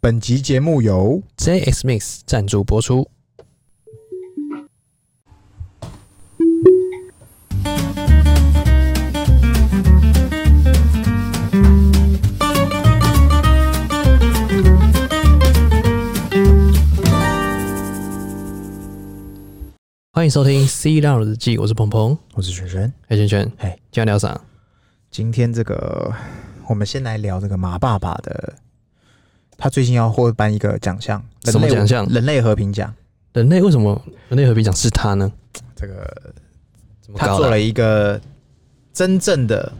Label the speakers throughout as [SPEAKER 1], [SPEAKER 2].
[SPEAKER 1] 本集节目由
[SPEAKER 2] JX Mix 赞助播出。欢迎收听《C 浪日记》，我是鹏鹏，
[SPEAKER 1] 我是璇璇。
[SPEAKER 2] 黑圈圈，
[SPEAKER 1] 嘿，
[SPEAKER 2] 今天聊啥？
[SPEAKER 1] 今天这个，我们先来聊这个马爸爸的，他最近要获颁一个奖项，人
[SPEAKER 2] 什么
[SPEAKER 1] 类
[SPEAKER 2] 奖项
[SPEAKER 1] 人类和平奖。
[SPEAKER 2] 人类为什么人类和平奖是他呢？
[SPEAKER 1] 这个
[SPEAKER 2] 怎么
[SPEAKER 1] 他
[SPEAKER 2] 搞
[SPEAKER 1] 做
[SPEAKER 2] 的？
[SPEAKER 1] 了一个真正的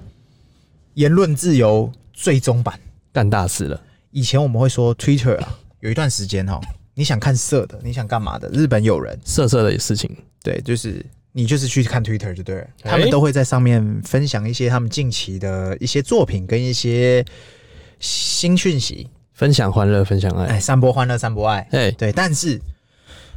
[SPEAKER 1] 言论自由最终版。
[SPEAKER 2] 干大事了！
[SPEAKER 1] 以前我们会说 Twitter 啊，有一段时间哈，你想看色的，你想干嘛的，日本有人
[SPEAKER 2] 色色的事情，
[SPEAKER 1] 对，就是你就是去看 Twitter 就对了，
[SPEAKER 2] 哎
[SPEAKER 1] 他们都会在上面分享一些他们近期的一些作品跟一些新讯息，
[SPEAKER 2] 分享欢乐，分享爱。
[SPEAKER 1] 哎，散播欢乐，散播爱。
[SPEAKER 2] 哎、
[SPEAKER 1] 对，但是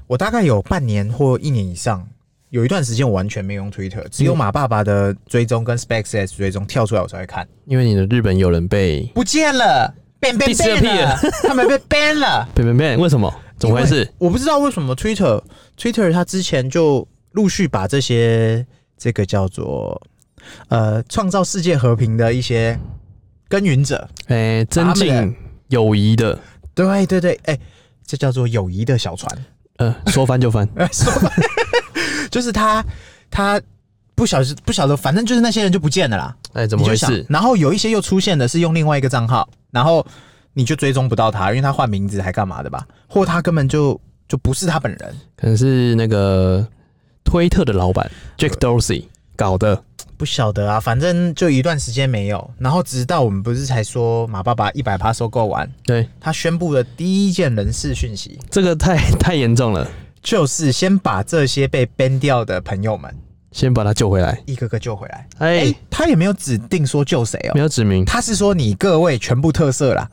[SPEAKER 1] 我大概有半年或一年以上，有一段时间我完全没用 Twitter，只有
[SPEAKER 2] 嗯
[SPEAKER 1] 马爸爸的追踪跟 SpaceX 追踪跳出来我才会看，
[SPEAKER 2] 因为你的日本友人被
[SPEAKER 1] 不见了，ban ban ban
[SPEAKER 2] Disappear
[SPEAKER 1] 了，他们被 ban 了。
[SPEAKER 2] Ben Ben Ben，为什么？怎么回
[SPEAKER 1] 因
[SPEAKER 2] 事
[SPEAKER 1] 为？我不知道为什么 Twitter Twitter 它之前就陆续把这些这个叫做呃创造世界和平的一些耕耘者，
[SPEAKER 2] 哎、增
[SPEAKER 1] 他们
[SPEAKER 2] 进友谊的，
[SPEAKER 1] 对对对，哎、这叫做友谊的小船，
[SPEAKER 2] 呃，说翻就翻，
[SPEAKER 1] 哎说白 就是他他不晓得不晓得，反正就是那些人就不见了啦，
[SPEAKER 2] 哎、怎么
[SPEAKER 1] 你
[SPEAKER 2] 回
[SPEAKER 1] 就想
[SPEAKER 2] 事？
[SPEAKER 1] 然后有一些又出现的是用另外一个账号，然后你就追踪不到他，因为他换名字还干嘛的吧？或他根本就就不是他本人。
[SPEAKER 2] 可能是那个推特的老板 Jack Dorsey 搞的，
[SPEAKER 1] 不晓得啊，反正就一段时间没有，然后直到我们不是才说马爸爸一百趴收购完，
[SPEAKER 2] 对，
[SPEAKER 1] 他宣布的第一件人事讯息
[SPEAKER 2] 这个太 太严重了，
[SPEAKER 1] 就是先把这些被 ban 掉的朋友们
[SPEAKER 2] 先把他救回来。
[SPEAKER 1] 一个个救回来。
[SPEAKER 2] 哎、
[SPEAKER 1] 哎、他也没有指定说救谁哦
[SPEAKER 2] 没，有指明，
[SPEAKER 1] 他是说你各位全部特色啦，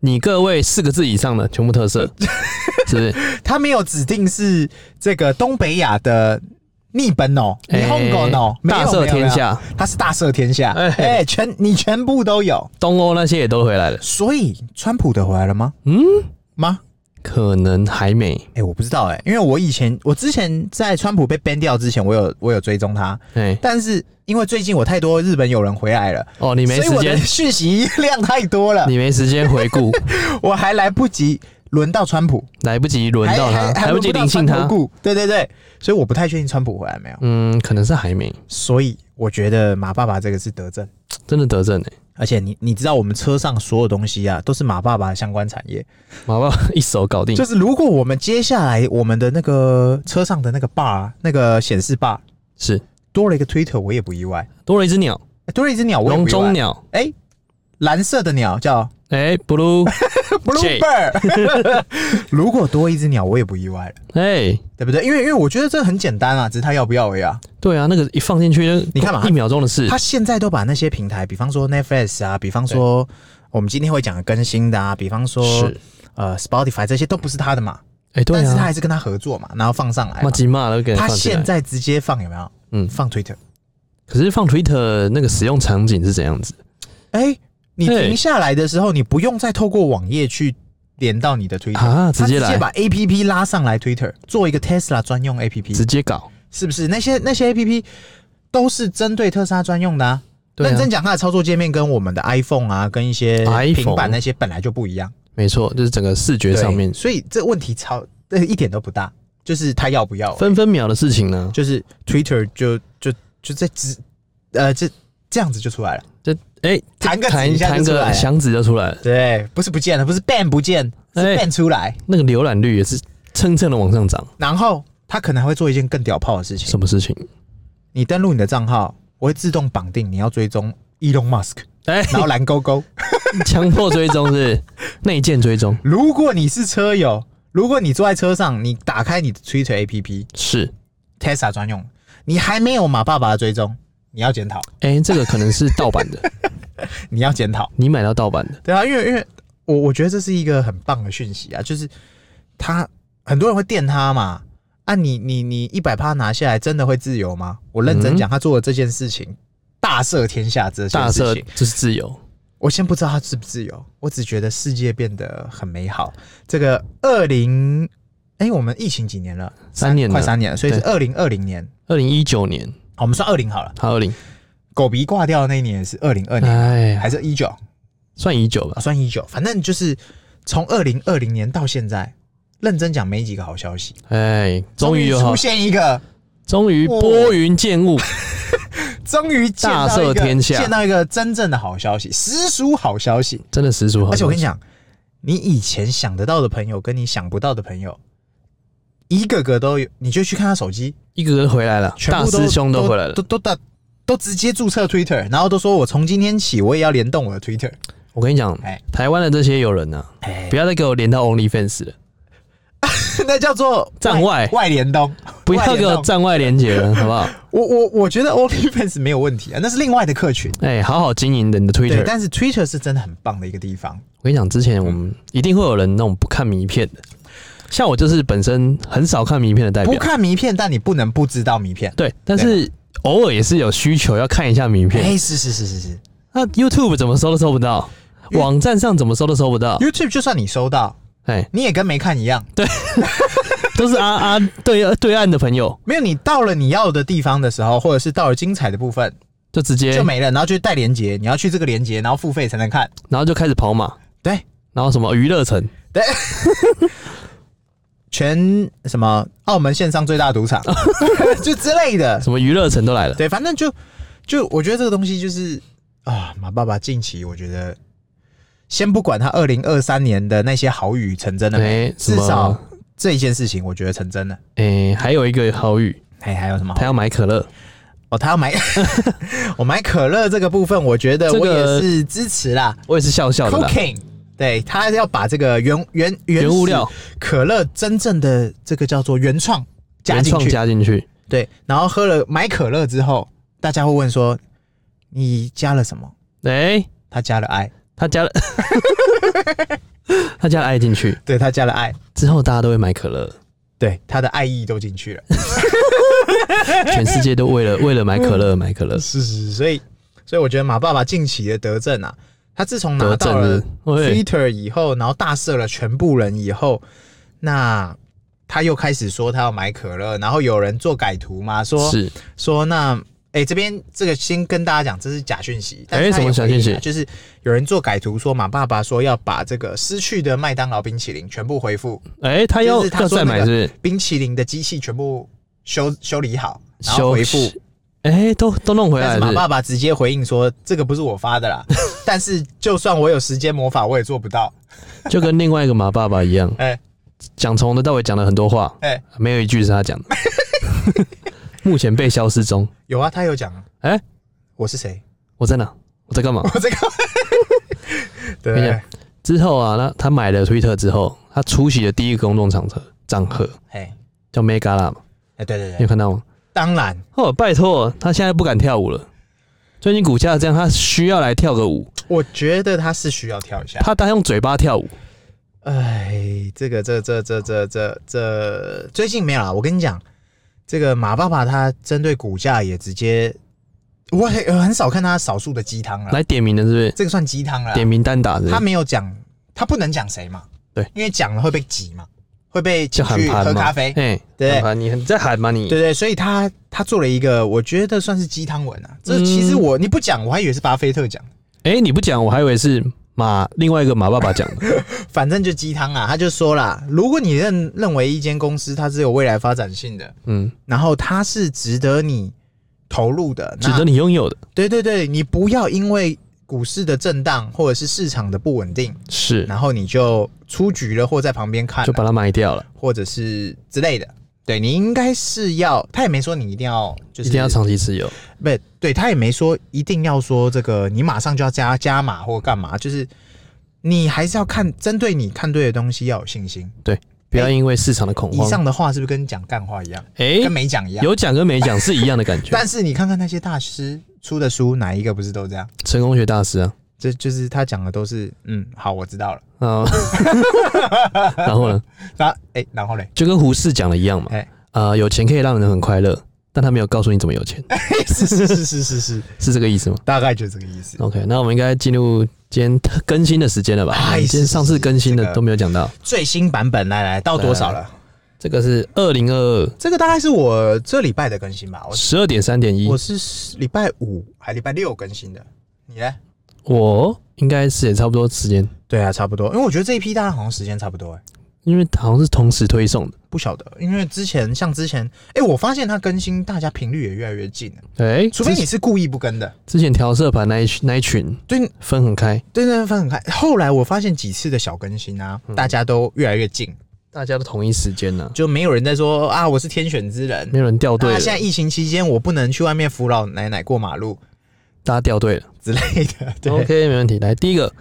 [SPEAKER 2] 你各位四个字以上的全部特 色，是不 是？
[SPEAKER 1] 他没有指定是这个东北亚的逆本哦，
[SPEAKER 2] 哎
[SPEAKER 1] 你红狗哦，没有
[SPEAKER 2] 大赦天，
[SPEAKER 1] 没有没
[SPEAKER 2] 下，
[SPEAKER 1] 有他是大赦天下，哎、
[SPEAKER 2] 哎
[SPEAKER 1] 全你全部都有，
[SPEAKER 2] 东欧那些也都回来了。
[SPEAKER 1] 所以川普的回来了吗？
[SPEAKER 2] 嗯，
[SPEAKER 1] 吗？
[SPEAKER 2] 可能还没。
[SPEAKER 1] 哎、我不知道哎、因为我以前我之前在川普被 ban 掉之前，我有我有追踪他，
[SPEAKER 2] 哎、
[SPEAKER 1] 但是因为最近我太多日本友人回来了，
[SPEAKER 2] 哦，你没
[SPEAKER 1] 所以
[SPEAKER 2] 时
[SPEAKER 1] 我的
[SPEAKER 2] 间，
[SPEAKER 1] 讯息 量太多了，
[SPEAKER 2] 你没时间回顾，
[SPEAKER 1] 我还来不及轮到川普，
[SPEAKER 2] 来不及轮
[SPEAKER 1] 还
[SPEAKER 2] 到他
[SPEAKER 1] 还，还
[SPEAKER 2] 来不
[SPEAKER 1] 轮
[SPEAKER 2] 及
[SPEAKER 1] 到
[SPEAKER 2] 临幸
[SPEAKER 1] 川
[SPEAKER 2] 他
[SPEAKER 1] 头。顾对对对，所以我不太确定川普回来没有，
[SPEAKER 2] 嗯，可能是还没
[SPEAKER 1] 所以我觉得马爸爸这个是德政。
[SPEAKER 2] 真的得证哎、
[SPEAKER 1] 而且你你知道我们车上所有东西啊，都是马爸爸的相关产业。
[SPEAKER 2] 马爸 爸一手搞定，
[SPEAKER 1] 就是如果我们接下来我们的那个车上的那个 bar 那个显示 bar
[SPEAKER 2] 是
[SPEAKER 1] 多了一个 Twitter，我也不意外。
[SPEAKER 2] 多了一只鸟，
[SPEAKER 1] 欸多了一只鸟，我也
[SPEAKER 2] 笼
[SPEAKER 1] 不意外
[SPEAKER 2] 中。鸟，
[SPEAKER 1] 哎、蓝色的鸟叫
[SPEAKER 2] 哎，blue，
[SPEAKER 1] bluebird。如 果多一只鸟，我也不意外了，
[SPEAKER 2] 哎，
[SPEAKER 1] 对不对？因为因为我觉得这很简单啊，只是他要不要而已啊。
[SPEAKER 2] 对啊，那个一放进去，
[SPEAKER 1] 你看嘛
[SPEAKER 2] 一秒钟的事，
[SPEAKER 1] 他现在都把那些平台，比方说 Netflix 啊，比方说我们今天会讲的更新的啊，比方说
[SPEAKER 2] 是，
[SPEAKER 1] 呃 Spotify 这些都不是他的嘛，
[SPEAKER 2] 哦哎，对
[SPEAKER 1] 但是他
[SPEAKER 2] 啊，
[SPEAKER 1] 还是跟他合作嘛，然后放上来嘛
[SPEAKER 2] 马。吉马都给
[SPEAKER 1] 他
[SPEAKER 2] 放进
[SPEAKER 1] 现
[SPEAKER 2] 来，
[SPEAKER 1] 在直接放有没有？
[SPEAKER 2] 嗯
[SPEAKER 1] 放 Twitter。
[SPEAKER 2] 可是放 Twitter 那个使用场景是怎样子？
[SPEAKER 1] 哎、你
[SPEAKER 2] 嘿
[SPEAKER 1] 停下来的时候，你不用再透过网页去连到你的 Twitter
[SPEAKER 2] 啊直接
[SPEAKER 1] 他
[SPEAKER 2] 来
[SPEAKER 1] 直接把 A P P 拉上来 Twitter，做一个 Tesla 专用 A P
[SPEAKER 2] 直
[SPEAKER 1] P，
[SPEAKER 2] 接搞，
[SPEAKER 1] 是不是？那些那些 A P P 都是针对特斯拉专用的啊。
[SPEAKER 2] 对啊
[SPEAKER 1] 认真讲，它的操作界面跟我们的 iPhone 啊，跟一些
[SPEAKER 2] iPhone
[SPEAKER 1] 平板那些本来就不一样，
[SPEAKER 2] 没错，就是整个视觉
[SPEAKER 1] 对
[SPEAKER 2] 上面
[SPEAKER 1] 所以这问题超这一点都不大，就是他要不要而 已，
[SPEAKER 2] 分分秒的事情呢，
[SPEAKER 1] 就是 Twitter 就就就在只呃这这样子就出来了，
[SPEAKER 2] 就哎
[SPEAKER 1] 弹个指
[SPEAKER 2] 弹
[SPEAKER 1] 一下
[SPEAKER 2] 弹
[SPEAKER 1] 就出来
[SPEAKER 2] 个
[SPEAKER 1] 了
[SPEAKER 2] 响指就出来了，
[SPEAKER 1] 对，不是不见了，不是 ban 不见，是
[SPEAKER 2] 哎
[SPEAKER 1] ban 出来，
[SPEAKER 2] 那个浏览率也是蹭蹭的往上涨，
[SPEAKER 1] 然后他可能还会做一件更屌炮的事情，
[SPEAKER 2] 什么事情？
[SPEAKER 1] 你登录你的账号，我会自动绑定你要追踪 Elon Musk，
[SPEAKER 2] 哎，
[SPEAKER 1] 然后蓝勾勾。
[SPEAKER 2] 强迫追踪是不 是内建追踪
[SPEAKER 1] 如果你是车友，如果你坐在车上，你打开你的 Twitter APP
[SPEAKER 2] 是。
[SPEAKER 1] Tesla 专用，你还没有马爸爸的追踪，你要检讨，
[SPEAKER 2] 哎、这个可能是盗版 的，
[SPEAKER 1] 你要检讨。
[SPEAKER 2] 你买到盗版的，
[SPEAKER 1] 对啊，因为因为我我觉得这是一个很棒的讯息啊，就是他很多人会电他嘛。啊你，你你一百趴拿下来，真的会自由
[SPEAKER 2] 嗯
[SPEAKER 1] 吗？我认真讲，他做的这件事情，大赦天下这
[SPEAKER 2] 大
[SPEAKER 1] 件事
[SPEAKER 2] 赦
[SPEAKER 1] 情，
[SPEAKER 2] 就是自由，
[SPEAKER 1] 我先不知道它自不自由，我只觉得世界变得很美好。这个二零，哎，我们疫情几年了？
[SPEAKER 2] 三年了
[SPEAKER 1] 快三年了，所以是
[SPEAKER 2] 对
[SPEAKER 1] 二零二零年。
[SPEAKER 2] 二零一九年，
[SPEAKER 1] 好，我们算二零好了。
[SPEAKER 2] 好二零，
[SPEAKER 1] 狗鼻挂掉的那一年也是二零二年，
[SPEAKER 2] 哎，
[SPEAKER 1] 还是一九、
[SPEAKER 2] 算一九吧
[SPEAKER 1] 啊，。算一九，反正就是从二零二零年到现在，认真讲没几个好消息。
[SPEAKER 2] 哎，终于有好
[SPEAKER 1] 出，现一个，
[SPEAKER 2] 终于拨云见雾，
[SPEAKER 1] 终于见到一个
[SPEAKER 2] 大赦天下
[SPEAKER 1] 见到一个真正的好消息，实属好消息。
[SPEAKER 2] 真的实属好。
[SPEAKER 1] 而且我跟你讲，你以前想得到的朋友，跟你想不到的朋友，一个个都有，你就去看他手机，
[SPEAKER 2] 一个个回来了，
[SPEAKER 1] 全
[SPEAKER 2] 大
[SPEAKER 1] 部都
[SPEAKER 2] 师兄都回来了
[SPEAKER 1] 都。都都都直接注册 Twitter，然后都说我从今天起我也要联动我的 Twitter。
[SPEAKER 2] 我跟你讲
[SPEAKER 1] 哎，
[SPEAKER 2] 台湾的这些友人呐，
[SPEAKER 1] 哎
[SPEAKER 2] 不，要再给我连到 OnlyFans 了，
[SPEAKER 1] 那叫做
[SPEAKER 2] 站外
[SPEAKER 1] 外联动，
[SPEAKER 2] 不要
[SPEAKER 1] 外
[SPEAKER 2] 给
[SPEAKER 1] 联哦
[SPEAKER 2] 我
[SPEAKER 1] 动
[SPEAKER 2] 站外连结了，好不好？
[SPEAKER 1] 我我我觉得 OnlyFans 没有问题啊，那是另外的客群。
[SPEAKER 2] 哎，好好经营的你的
[SPEAKER 1] 对，
[SPEAKER 2] Twitter。
[SPEAKER 1] 但是 Twitter 是真的很棒的一个地方。
[SPEAKER 2] 我跟你讲，之前我
[SPEAKER 1] 嗯
[SPEAKER 2] 们一定会有人那种不看名片的，像我就是本身很少看名片的代
[SPEAKER 1] 不
[SPEAKER 2] 表，
[SPEAKER 1] 看名片，但你不能不知道名片。
[SPEAKER 2] 对，但是偶尔也是有需求要看一下名片。啊
[SPEAKER 1] 哎，是是是是是
[SPEAKER 2] 那 YouTube 怎么搜都搜不到，网站上怎么搜都搜不到，
[SPEAKER 1] ，YouTube 就算你收到，
[SPEAKER 2] 哎，
[SPEAKER 1] 你也跟没看一样。
[SPEAKER 2] 都是啊啊对对岸的朋友
[SPEAKER 1] 没有，你到了你要的地方的时候，或者是到了精彩的部分
[SPEAKER 2] 就直接
[SPEAKER 1] 就，没了，然后就带连接，你要去这个连接，然后付费才能看。
[SPEAKER 2] 然后就开始跑马，
[SPEAKER 1] 对，
[SPEAKER 2] 然后什么娱乐城，
[SPEAKER 1] 全什么澳门线上最大 赌场就之类的，
[SPEAKER 2] 什么娱乐城都来了，
[SPEAKER 1] 对，反正就就我觉得这个东西就是啊，马爸爸近期我觉得，先不管他二零二三年的那些好语成真了没，
[SPEAKER 2] 哎，什
[SPEAKER 1] 至少
[SPEAKER 2] 么
[SPEAKER 1] 这一件事情我觉得成真了。
[SPEAKER 2] 哎，还有一个好语，
[SPEAKER 1] 哎，还有什么好？
[SPEAKER 2] 他要买可乐，
[SPEAKER 1] 哦，他要买， 我买可乐这个部分，我觉得
[SPEAKER 2] 这
[SPEAKER 1] 我
[SPEAKER 2] 个
[SPEAKER 1] 也是支持啦。
[SPEAKER 2] 我也是笑笑的啦，
[SPEAKER 1] Cocaine，对他要把这个原原原
[SPEAKER 2] 哦原物料
[SPEAKER 1] 始可乐真正的这个叫做原创加
[SPEAKER 2] 原
[SPEAKER 1] 进
[SPEAKER 2] 创
[SPEAKER 1] 去，
[SPEAKER 2] 加进去，
[SPEAKER 1] 对，然后喝了买可乐之后，大家会问说你加了什么？
[SPEAKER 2] 哎，
[SPEAKER 1] 他加了爱，
[SPEAKER 2] 他加了， 他加了爱进去
[SPEAKER 1] 对他加了爱，
[SPEAKER 2] 之后，大家都会买 可乐，
[SPEAKER 1] 对他的爱意都进去了，
[SPEAKER 2] 全世界都为了为了买
[SPEAKER 1] 嗯
[SPEAKER 2] 可乐而买可乐，
[SPEAKER 1] 是是，是所以所以我觉得马爸爸近期的德政啊，他自从拿
[SPEAKER 2] 得
[SPEAKER 1] 到
[SPEAKER 2] 证
[SPEAKER 1] 了
[SPEAKER 2] 了，喂，
[SPEAKER 1] Twitter 以后，然后大赦了全部人以后，那他又开始说他要买可乐，然后有人做改图嘛，说
[SPEAKER 2] 是
[SPEAKER 1] 说那哎、这边这个先跟大家讲，这是假讯息。但是
[SPEAKER 2] 诶
[SPEAKER 1] 他也
[SPEAKER 2] 什么假
[SPEAKER 1] 回应
[SPEAKER 2] 讯息
[SPEAKER 1] 啊就是有人做改图说马爸爸说要把这个失去的麦当劳冰淇淋全部恢复，
[SPEAKER 2] 哎，他要
[SPEAKER 1] 就是他
[SPEAKER 2] 要
[SPEAKER 1] 说
[SPEAKER 2] 再买
[SPEAKER 1] 那
[SPEAKER 2] 是
[SPEAKER 1] 个
[SPEAKER 2] 不是？
[SPEAKER 1] 冰淇淋的机器全部修修理好，然
[SPEAKER 2] 修
[SPEAKER 1] 后回复。
[SPEAKER 2] 哎、都都弄回
[SPEAKER 1] 但
[SPEAKER 2] 来
[SPEAKER 1] 是马
[SPEAKER 2] 了。
[SPEAKER 1] 爸爸直接回应说：“这个不是我发的 啦，但是就算我有时间魔法，我也做不到。
[SPEAKER 2] 就跟另外一个马爸爸一样，
[SPEAKER 1] 哎
[SPEAKER 2] 讲从头到尾讲了很多话，
[SPEAKER 1] 哎
[SPEAKER 2] 没有一句是 他讲的。目前被消失中。
[SPEAKER 1] 有啊，他有讲啊，
[SPEAKER 2] 哎、
[SPEAKER 1] 我是谁，
[SPEAKER 2] 我在哪？我在干嘛？
[SPEAKER 1] 我这个，对
[SPEAKER 2] 跟你讲之后啊，那他买了 Twitter 之后，他出席的第一个公众场合场合
[SPEAKER 1] 哎
[SPEAKER 2] 叫 Mega 啦嘛，
[SPEAKER 1] 哎，对对
[SPEAKER 2] 你有
[SPEAKER 1] 对，
[SPEAKER 2] 看到吗？
[SPEAKER 1] 当然
[SPEAKER 2] 哦，拜托，他现在不敢跳舞了。最近股价这样，他需要来跳个舞，
[SPEAKER 1] 我觉得他是需要跳一下。
[SPEAKER 2] 怕他用嘴巴跳舞。
[SPEAKER 1] 哎，这个这这这这这这最近没有啦。我跟你讲，这个马爸爸他针对股价也直接，我很呃很少看他少数的鸡汤了，
[SPEAKER 2] 来点名的是不是？
[SPEAKER 1] 这个算鸡汤了啦。
[SPEAKER 2] 点名单打是不
[SPEAKER 1] 他
[SPEAKER 2] 是？
[SPEAKER 1] 没有讲，他不能讲谁嘛，
[SPEAKER 2] 对，
[SPEAKER 1] 因为讲了会被挤嘛，会被
[SPEAKER 2] 就
[SPEAKER 1] 请
[SPEAKER 2] 喊
[SPEAKER 1] 去
[SPEAKER 2] 盘
[SPEAKER 1] 喝
[SPEAKER 2] 嘛，
[SPEAKER 1] 咖啡，
[SPEAKER 2] 哎，
[SPEAKER 1] 对
[SPEAKER 2] 喊盘，你很在喊吗？你
[SPEAKER 1] 对对，所以他他做了一个我觉得算是鸡汤文啊。这
[SPEAKER 2] 嗯
[SPEAKER 1] 其实我、你不讲，我还以为是巴菲特讲，
[SPEAKER 2] 哎、你不讲，我还以为是马另外一个马爸爸讲的。
[SPEAKER 1] 反正就鸡汤啊。他就说啦，如果你认认为一间公司它是有未来发展性的，
[SPEAKER 2] 嗯，
[SPEAKER 1] 然后它是值得你投入的，
[SPEAKER 2] 值
[SPEAKER 1] 那
[SPEAKER 2] 得你拥有的
[SPEAKER 1] 对对对，你不要因为股市的震荡或者是市场的不稳定，
[SPEAKER 2] 是，
[SPEAKER 1] 然后你就出局了，或在旁边看
[SPEAKER 2] 就，把它卖掉了，
[SPEAKER 1] 或者是之类的。对你应该是要，他也没说你一定要，就是
[SPEAKER 2] 一定要长期持有。
[SPEAKER 1] 不是对他也没说一定要说这个，你马上就要加加码或干嘛，就是你还是要看针对你看对的东西要有信心。
[SPEAKER 2] 不要因为市场的恐
[SPEAKER 1] 以
[SPEAKER 2] 慌，
[SPEAKER 1] 上的话是不是跟讲干话一样，
[SPEAKER 2] 哎、
[SPEAKER 1] 跟没讲一样？
[SPEAKER 2] 有讲跟没讲是一样的感觉。
[SPEAKER 1] 但是你看看那些大师出的书，哪一个不是都这样？
[SPEAKER 2] 成功学大师啊，
[SPEAKER 1] 这就是他讲的都是，嗯，好，我知道了。
[SPEAKER 2] 啊， 然后呢，
[SPEAKER 1] 然后，哎、然后嘞，
[SPEAKER 2] 就跟胡适讲的一样嘛
[SPEAKER 1] 哎，
[SPEAKER 2] 啊，有钱可以让人很快乐，但他没有告诉你怎么有 钱，
[SPEAKER 1] 是是是是是是，
[SPEAKER 2] 是这个意思吗
[SPEAKER 1] 大概就这个意思。
[SPEAKER 2] ？OK，那我们应该进入今天特更新的时间了吧？
[SPEAKER 1] 哎
[SPEAKER 2] 我们今
[SPEAKER 1] 是
[SPEAKER 2] 天上次更新
[SPEAKER 1] 是这
[SPEAKER 2] 的
[SPEAKER 1] 个
[SPEAKER 2] 都没有讲到，
[SPEAKER 1] 最新版本来来到多少了？
[SPEAKER 2] 这个是二零二二
[SPEAKER 1] 这个大概是我这礼拜的更新吧，我
[SPEAKER 2] 十二点三点一
[SPEAKER 1] 哦我，是礼拜五还礼拜六更新的，你呢？
[SPEAKER 2] 我应该是也差不多时间，
[SPEAKER 1] 对啊，差不多，因为我觉得这一批大家好像时间差不多哎、
[SPEAKER 2] 因为好像是同时推送的。
[SPEAKER 1] 不晓得，因为之前像之前，哎、我发现它更新大家频率也越来越近了，
[SPEAKER 2] 哎，
[SPEAKER 1] 除非
[SPEAKER 2] 之
[SPEAKER 1] 你是故意不跟的。
[SPEAKER 2] 之前调色盘那一那一群
[SPEAKER 1] 对
[SPEAKER 2] 分很开，
[SPEAKER 1] 对对，分很开。后来我发现几次的小更新啊，
[SPEAKER 2] 嗯
[SPEAKER 1] 大家都越来越近，
[SPEAKER 2] 大家都同一时间呢，
[SPEAKER 1] 就没有人在说啊，我是天选之人。
[SPEAKER 2] 没有人掉队
[SPEAKER 1] 啊，
[SPEAKER 2] 了，
[SPEAKER 1] 现在疫情期间我不能去外面扶老奶奶过马路
[SPEAKER 2] 大家掉队了。
[SPEAKER 1] 之类的。对
[SPEAKER 2] OK，没问题。来，第一个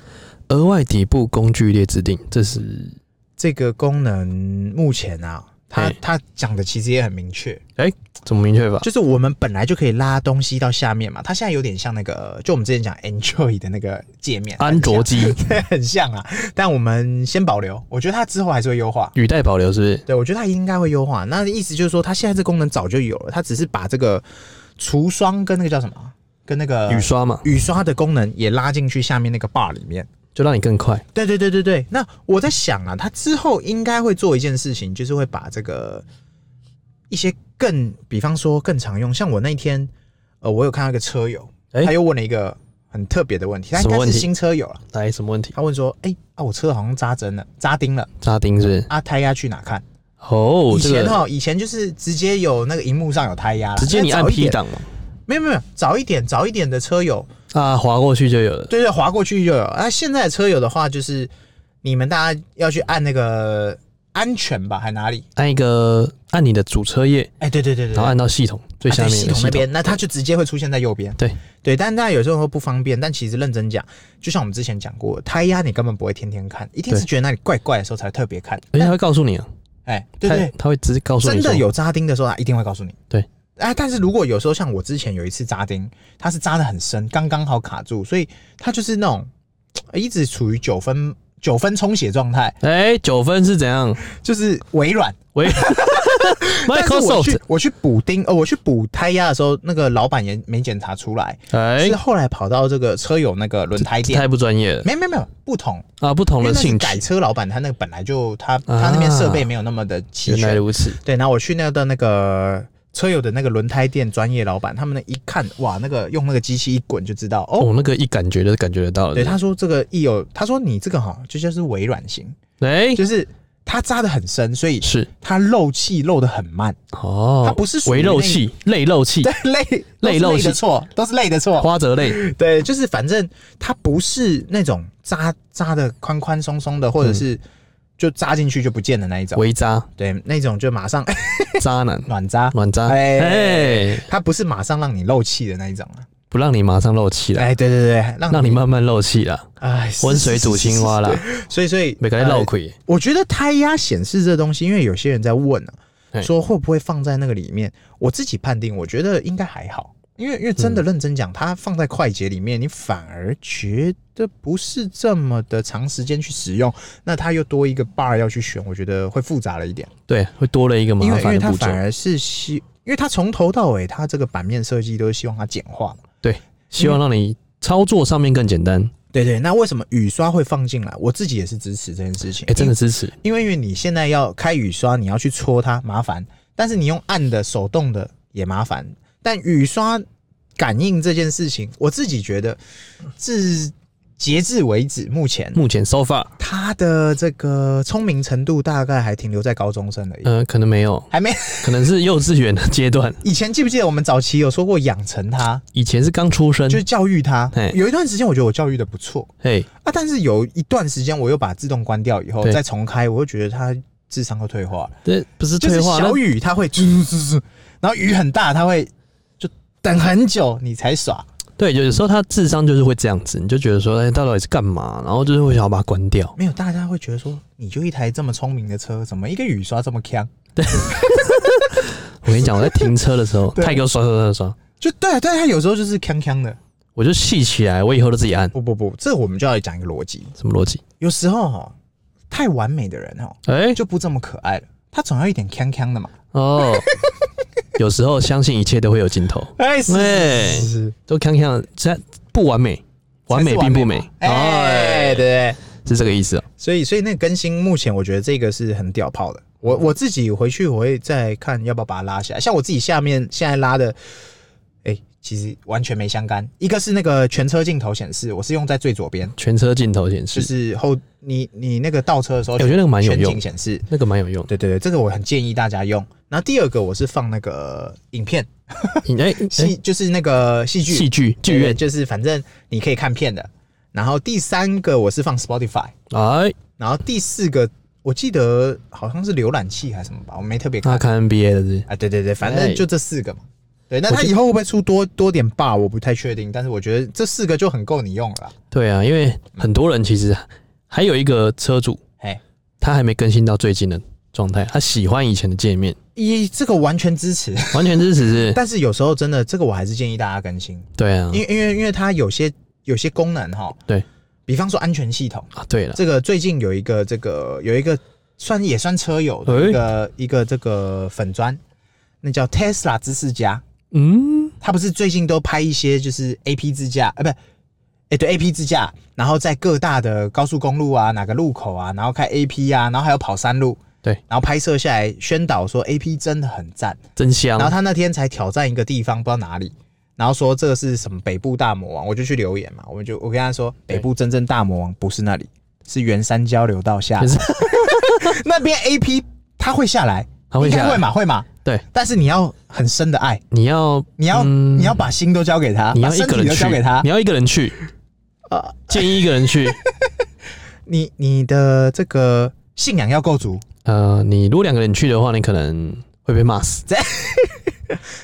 [SPEAKER 2] 额外底部工具列指定，这是
[SPEAKER 1] 这个功能目前啊，它
[SPEAKER 2] 嘿
[SPEAKER 1] 它讲的其实也很明确，
[SPEAKER 2] 哎怎么明确法？
[SPEAKER 1] 就是我们本来就可以拉东西到下面嘛，它现在有点像那个，就我们之前讲 Enjoy 的那个界面，
[SPEAKER 2] 安卓机
[SPEAKER 1] 对 很像啊。但我们先保留，我觉得它之后还是会优化。
[SPEAKER 2] 语带保留是不是？
[SPEAKER 1] 对，我觉得它应该会优化。那意思就是说，它现在这功能早就有了，它只是把这个除霜跟那个叫什么，啊跟那个
[SPEAKER 2] 雨刷嘛，
[SPEAKER 1] 雨刷的功能也拉进去下面那个 bar 里面。
[SPEAKER 2] 就让你更快。
[SPEAKER 1] 对对对对对。那我在想啊，它之后应该会做一件事情，就是会把这个一些更，比方说更常用，像我那一天，呃，我有看到一个车友，
[SPEAKER 2] 哎
[SPEAKER 1] 他又问了一个很特别的问题，他
[SPEAKER 2] 什
[SPEAKER 1] 应
[SPEAKER 2] 么
[SPEAKER 1] 该
[SPEAKER 2] 问
[SPEAKER 1] 是
[SPEAKER 2] 题
[SPEAKER 1] 新车友了，
[SPEAKER 2] 来，什么问题？
[SPEAKER 1] 他问说，哎、啊，我车好像扎针了，扎钉了，
[SPEAKER 2] 扎钉是不是？
[SPEAKER 1] 啊，胎压去哪看？
[SPEAKER 2] 哦，
[SPEAKER 1] 以
[SPEAKER 2] 这
[SPEAKER 1] 前
[SPEAKER 2] 个
[SPEAKER 1] 哦，以前就是直接有那个荧幕上有胎压啦，
[SPEAKER 2] 直接你按
[SPEAKER 1] 那早一
[SPEAKER 2] P
[SPEAKER 1] 点，
[SPEAKER 2] 档嘛，
[SPEAKER 1] 没有没有没有，早一点早一点的车友，
[SPEAKER 2] 啊，滑过去就有了。
[SPEAKER 1] 对对，划过去就有。那、现在的车友的话，就是你们大家要去按那个安全吧，还哪里？
[SPEAKER 2] 按一个，按你的主车页，
[SPEAKER 1] 哎，对对对对，
[SPEAKER 2] 然后按到系统最
[SPEAKER 1] 啊
[SPEAKER 2] 下
[SPEAKER 1] 对
[SPEAKER 2] 面
[SPEAKER 1] 系
[SPEAKER 2] 有
[SPEAKER 1] 统
[SPEAKER 2] 系
[SPEAKER 1] 那边，那它就直接会出现在右边。
[SPEAKER 2] 对
[SPEAKER 1] 对，但大家有时候会不方便，但其实认真讲，就像我们之前讲过，胎压你根本不会天天看，一定是
[SPEAKER 2] 对
[SPEAKER 1] 觉得那里怪怪的时候才特别看。
[SPEAKER 2] 而且它会告诉你啊，
[SPEAKER 1] 哎，对
[SPEAKER 2] 它
[SPEAKER 1] 对，
[SPEAKER 2] 它会直接告诉你
[SPEAKER 1] 真
[SPEAKER 2] 说
[SPEAKER 1] 的有扎钉的时候，他一定会告诉你。
[SPEAKER 2] 对，
[SPEAKER 1] 啊，但是如果有时候像我之前有一次扎钉，它是扎的很深，刚刚好卡住，所以它就是那种呃一直处于九分九分充血状态，
[SPEAKER 2] 哎，九分是怎样？
[SPEAKER 1] 就是微软。
[SPEAKER 2] 喂 哎
[SPEAKER 1] 但是我去
[SPEAKER 2] ，Microsoft，
[SPEAKER 1] 我去补钉，呃，我去补胎压的时候，那个老板也没检查出来，
[SPEAKER 2] 哎
[SPEAKER 1] 是，后来跑到这个车友那个轮胎店。
[SPEAKER 2] 太不专业了
[SPEAKER 1] 没有没有没有，不同，
[SPEAKER 2] 啊！不同
[SPEAKER 1] 因为
[SPEAKER 2] 的
[SPEAKER 1] 那是
[SPEAKER 2] 性
[SPEAKER 1] 改
[SPEAKER 2] 质，啊
[SPEAKER 1] 车老板，他那个本来就他他那边设备没有那么的齐
[SPEAKER 2] 原
[SPEAKER 1] 全
[SPEAKER 2] 来，如此。
[SPEAKER 1] 对，然后我去那个的那个车友的那个轮胎店专业老板，他们那一看，哇，那个用那个机器一滚就知道哦。
[SPEAKER 2] 哦，那个一感觉就感觉得到了。
[SPEAKER 1] 对，他说这个一有，他说你这个哈，就就是微软型，
[SPEAKER 2] 哎，
[SPEAKER 1] 就是它扎的很深，所以
[SPEAKER 2] 是
[SPEAKER 1] 它漏气漏的很慢。
[SPEAKER 2] 哦，
[SPEAKER 1] 它不是属于
[SPEAKER 2] 微
[SPEAKER 1] 那
[SPEAKER 2] 漏气、泪漏气、
[SPEAKER 1] 对，累
[SPEAKER 2] 累漏
[SPEAKER 1] 都是
[SPEAKER 2] 气
[SPEAKER 1] 的错，都是累的错。
[SPEAKER 2] 花泽类，
[SPEAKER 1] 对，就是反正它不是那种扎扎的宽宽松松的，或者是就扎进去就不见的那一种。
[SPEAKER 2] 微渣、
[SPEAKER 1] 对，那种就马上哎
[SPEAKER 2] 渣男、
[SPEAKER 1] 暖扎，
[SPEAKER 2] 暖渣，
[SPEAKER 1] 哎
[SPEAKER 2] 哎，
[SPEAKER 1] 它不是马上让你漏气的那一种啊。
[SPEAKER 2] 不让你马上漏气了，
[SPEAKER 1] 哎，对对对，让
[SPEAKER 2] 啊让
[SPEAKER 1] 你
[SPEAKER 2] 你慢慢漏气了，
[SPEAKER 1] 哎，是
[SPEAKER 2] 温水煮青蛙。啦
[SPEAKER 1] 是是，是是所以，所以
[SPEAKER 2] 每个人漏
[SPEAKER 1] 呃
[SPEAKER 2] 亏。
[SPEAKER 1] 我觉得胎压显示这东西，因为有些人在问啊，
[SPEAKER 2] 嘿
[SPEAKER 1] 说会不会放在那个里面？我自己判定，我觉得应该还好，因为因为真的嗯认真讲，它放在快捷里面，你反而觉得不是这么的长时间去使用，那它又多一个 bar 要去选，我觉得会复杂了一点，
[SPEAKER 2] 对，会多了一个麻
[SPEAKER 1] 因为因
[SPEAKER 2] 烦
[SPEAKER 1] 为
[SPEAKER 2] 的
[SPEAKER 1] 它
[SPEAKER 2] 步骤
[SPEAKER 1] 反。而是希，因为它从头到尾，它这个版面设计都是希望它简化嘛。
[SPEAKER 2] 希望让你操作上面更简单。
[SPEAKER 1] 对对，那为什么雨刷会放进来？我自己也是支持这件事情。
[SPEAKER 2] 哎，真的支持。
[SPEAKER 1] 因为因为你现在要开雨刷，你要去搓它麻烦，但是你用按的手动的也麻烦。但雨刷感应这件事情，我自己觉得至截至为止，目前
[SPEAKER 2] 目前 so far，
[SPEAKER 1] 它的这个聪明程度大概还停留在高中生而已，
[SPEAKER 2] 呃，可能没有，
[SPEAKER 1] 还没。
[SPEAKER 2] 可能是幼稚园的 阶段。
[SPEAKER 1] 以前记不记得我们早期有说过养成它，
[SPEAKER 2] 以前是刚出生
[SPEAKER 1] 就，是教育它
[SPEAKER 2] 嗯嘿。
[SPEAKER 1] 有一段时间我觉得我教育的不错
[SPEAKER 2] 哎，
[SPEAKER 1] 啊，但是有一段时间我又把自动关掉以后
[SPEAKER 2] 对
[SPEAKER 1] 再重开，我又觉得它智商又退化了。
[SPEAKER 2] 这不是
[SPEAKER 1] 就是
[SPEAKER 2] 退化，
[SPEAKER 1] 小
[SPEAKER 2] 那
[SPEAKER 1] 雨它会滋滋滋滋，然后雨很大，它会就等很久你才耍。
[SPEAKER 2] 对，有的时候他智商就是会这样子，你就觉得说，哎，到底是干嘛？然后就是会想要把它关掉。
[SPEAKER 1] 没有，大家会觉得说，你就一台这么聪明的车，怎么一个雨刷这么强？
[SPEAKER 2] 我跟你讲，我在停车的时候，
[SPEAKER 1] 对
[SPEAKER 2] 他也给我刷刷刷刷，
[SPEAKER 1] 就对啊，对啊，它有时候就是强强的。
[SPEAKER 2] 我就气起来，我以后都自己按。
[SPEAKER 1] 不不不，这我们就要讲一个逻辑。
[SPEAKER 2] 什么逻辑？
[SPEAKER 1] 有时候哦，太完美的人哦，
[SPEAKER 2] 哎、
[SPEAKER 1] 就不这么可爱了。他总要一点强强的嘛。
[SPEAKER 2] 哦，有时候相信一切都会有尽头，
[SPEAKER 1] 哎，是
[SPEAKER 2] 对
[SPEAKER 1] 是是是，
[SPEAKER 2] 都看看这不完美，完美并不美，哦
[SPEAKER 1] 哎、对对对，
[SPEAKER 2] 是这个意思哦。
[SPEAKER 1] 所以所以那个更新目前我觉得这个是很屌炮的。
[SPEAKER 2] 嗯
[SPEAKER 1] 我我自己回去我会再看要不要把它拉下来。像我自己下面现在拉的，哎、其实完全没相干。一个是那个全车镜头显示，我是用在最左边，
[SPEAKER 2] 全车镜头显
[SPEAKER 1] 就
[SPEAKER 2] 示，
[SPEAKER 1] 是后你你那个倒车的时候，
[SPEAKER 2] 我觉得那个蛮有
[SPEAKER 1] 全景
[SPEAKER 2] 用
[SPEAKER 1] 显示。
[SPEAKER 2] 那个蛮有用的。
[SPEAKER 1] 对对对，这个我很建议大家用。然后第二个我是放那个影片
[SPEAKER 2] 你 哎，
[SPEAKER 1] 戏，就是那个戏剧
[SPEAKER 2] 戏剧哎剧
[SPEAKER 1] 对
[SPEAKER 2] 院，
[SPEAKER 1] 就是反正你可以看片的。然后第三个我是放 Spotify，
[SPEAKER 2] 哎，
[SPEAKER 1] 然后第四个我记得好像是浏览器还是什么吧，我没特别看。
[SPEAKER 2] 那看 NBA 的是
[SPEAKER 1] 啊，对对对，反
[SPEAKER 2] 哎
[SPEAKER 1] 正就这四个嘛。对，那
[SPEAKER 2] 我
[SPEAKER 1] 它
[SPEAKER 2] 记
[SPEAKER 1] 以后会不会出多多点 bar，我不太确定，但是我觉得这四个就很够你用了啦。
[SPEAKER 2] 对啊，因为很多人其实还有一个车主，
[SPEAKER 1] 嘿，
[SPEAKER 2] 他还没更新到最近的状态，他喜欢以前的界面，
[SPEAKER 1] 一这个完全支持，
[SPEAKER 2] 完全支持是，
[SPEAKER 1] 但是有时候真的这个我还是建议大家更新，
[SPEAKER 2] 对啊
[SPEAKER 1] 因，为因为因为它有些有些功能哈，
[SPEAKER 2] 对，
[SPEAKER 1] 比方说安全系统，
[SPEAKER 2] 啊对了，
[SPEAKER 1] 这个最近有一个这个有一个算也算车友的
[SPEAKER 2] 哎
[SPEAKER 1] 一个、一个这个粉砖，那叫 Tesla 知识家，
[SPEAKER 2] 嗯，
[SPEAKER 1] 他不是最近都拍一些就是 A P 自驾，呃，不，哎、对 A P 自驾，然后在各大的高速公路啊，哪个路口啊，然后开 A P 啊，然后还有跑山路，
[SPEAKER 2] 对嗯
[SPEAKER 1] 然后拍摄下来宣导说 A P 真的很赞，
[SPEAKER 2] 真香
[SPEAKER 1] 然后，他那天才挑战一个地方，不知道哪里，然后说这个是什么北部大魔王，我就去留言嘛，我们就我跟他说，
[SPEAKER 2] 对
[SPEAKER 1] 北部真正大魔王不是那里，是圆山交流道下
[SPEAKER 2] 可，是
[SPEAKER 1] 那边 A P 他会下来，
[SPEAKER 2] 他会
[SPEAKER 1] 应该
[SPEAKER 2] 下
[SPEAKER 1] 会
[SPEAKER 2] 来，
[SPEAKER 1] 嘛会嘛，
[SPEAKER 2] 对，
[SPEAKER 1] 但是你要很深的爱，
[SPEAKER 2] 你要
[SPEAKER 1] 你要、
[SPEAKER 2] 嗯
[SPEAKER 1] 你要把心都交给他，
[SPEAKER 2] 你
[SPEAKER 1] 把
[SPEAKER 2] 要一
[SPEAKER 1] 身
[SPEAKER 2] 个
[SPEAKER 1] 体
[SPEAKER 2] 人
[SPEAKER 1] 都
[SPEAKER 2] 去
[SPEAKER 1] 交给他，，
[SPEAKER 2] 你要一个人去，
[SPEAKER 1] 呃
[SPEAKER 2] 建议一个人 去，
[SPEAKER 1] 你你的这个信仰要够足。
[SPEAKER 2] 呃，你如果两个人去的话，你可能会被骂死，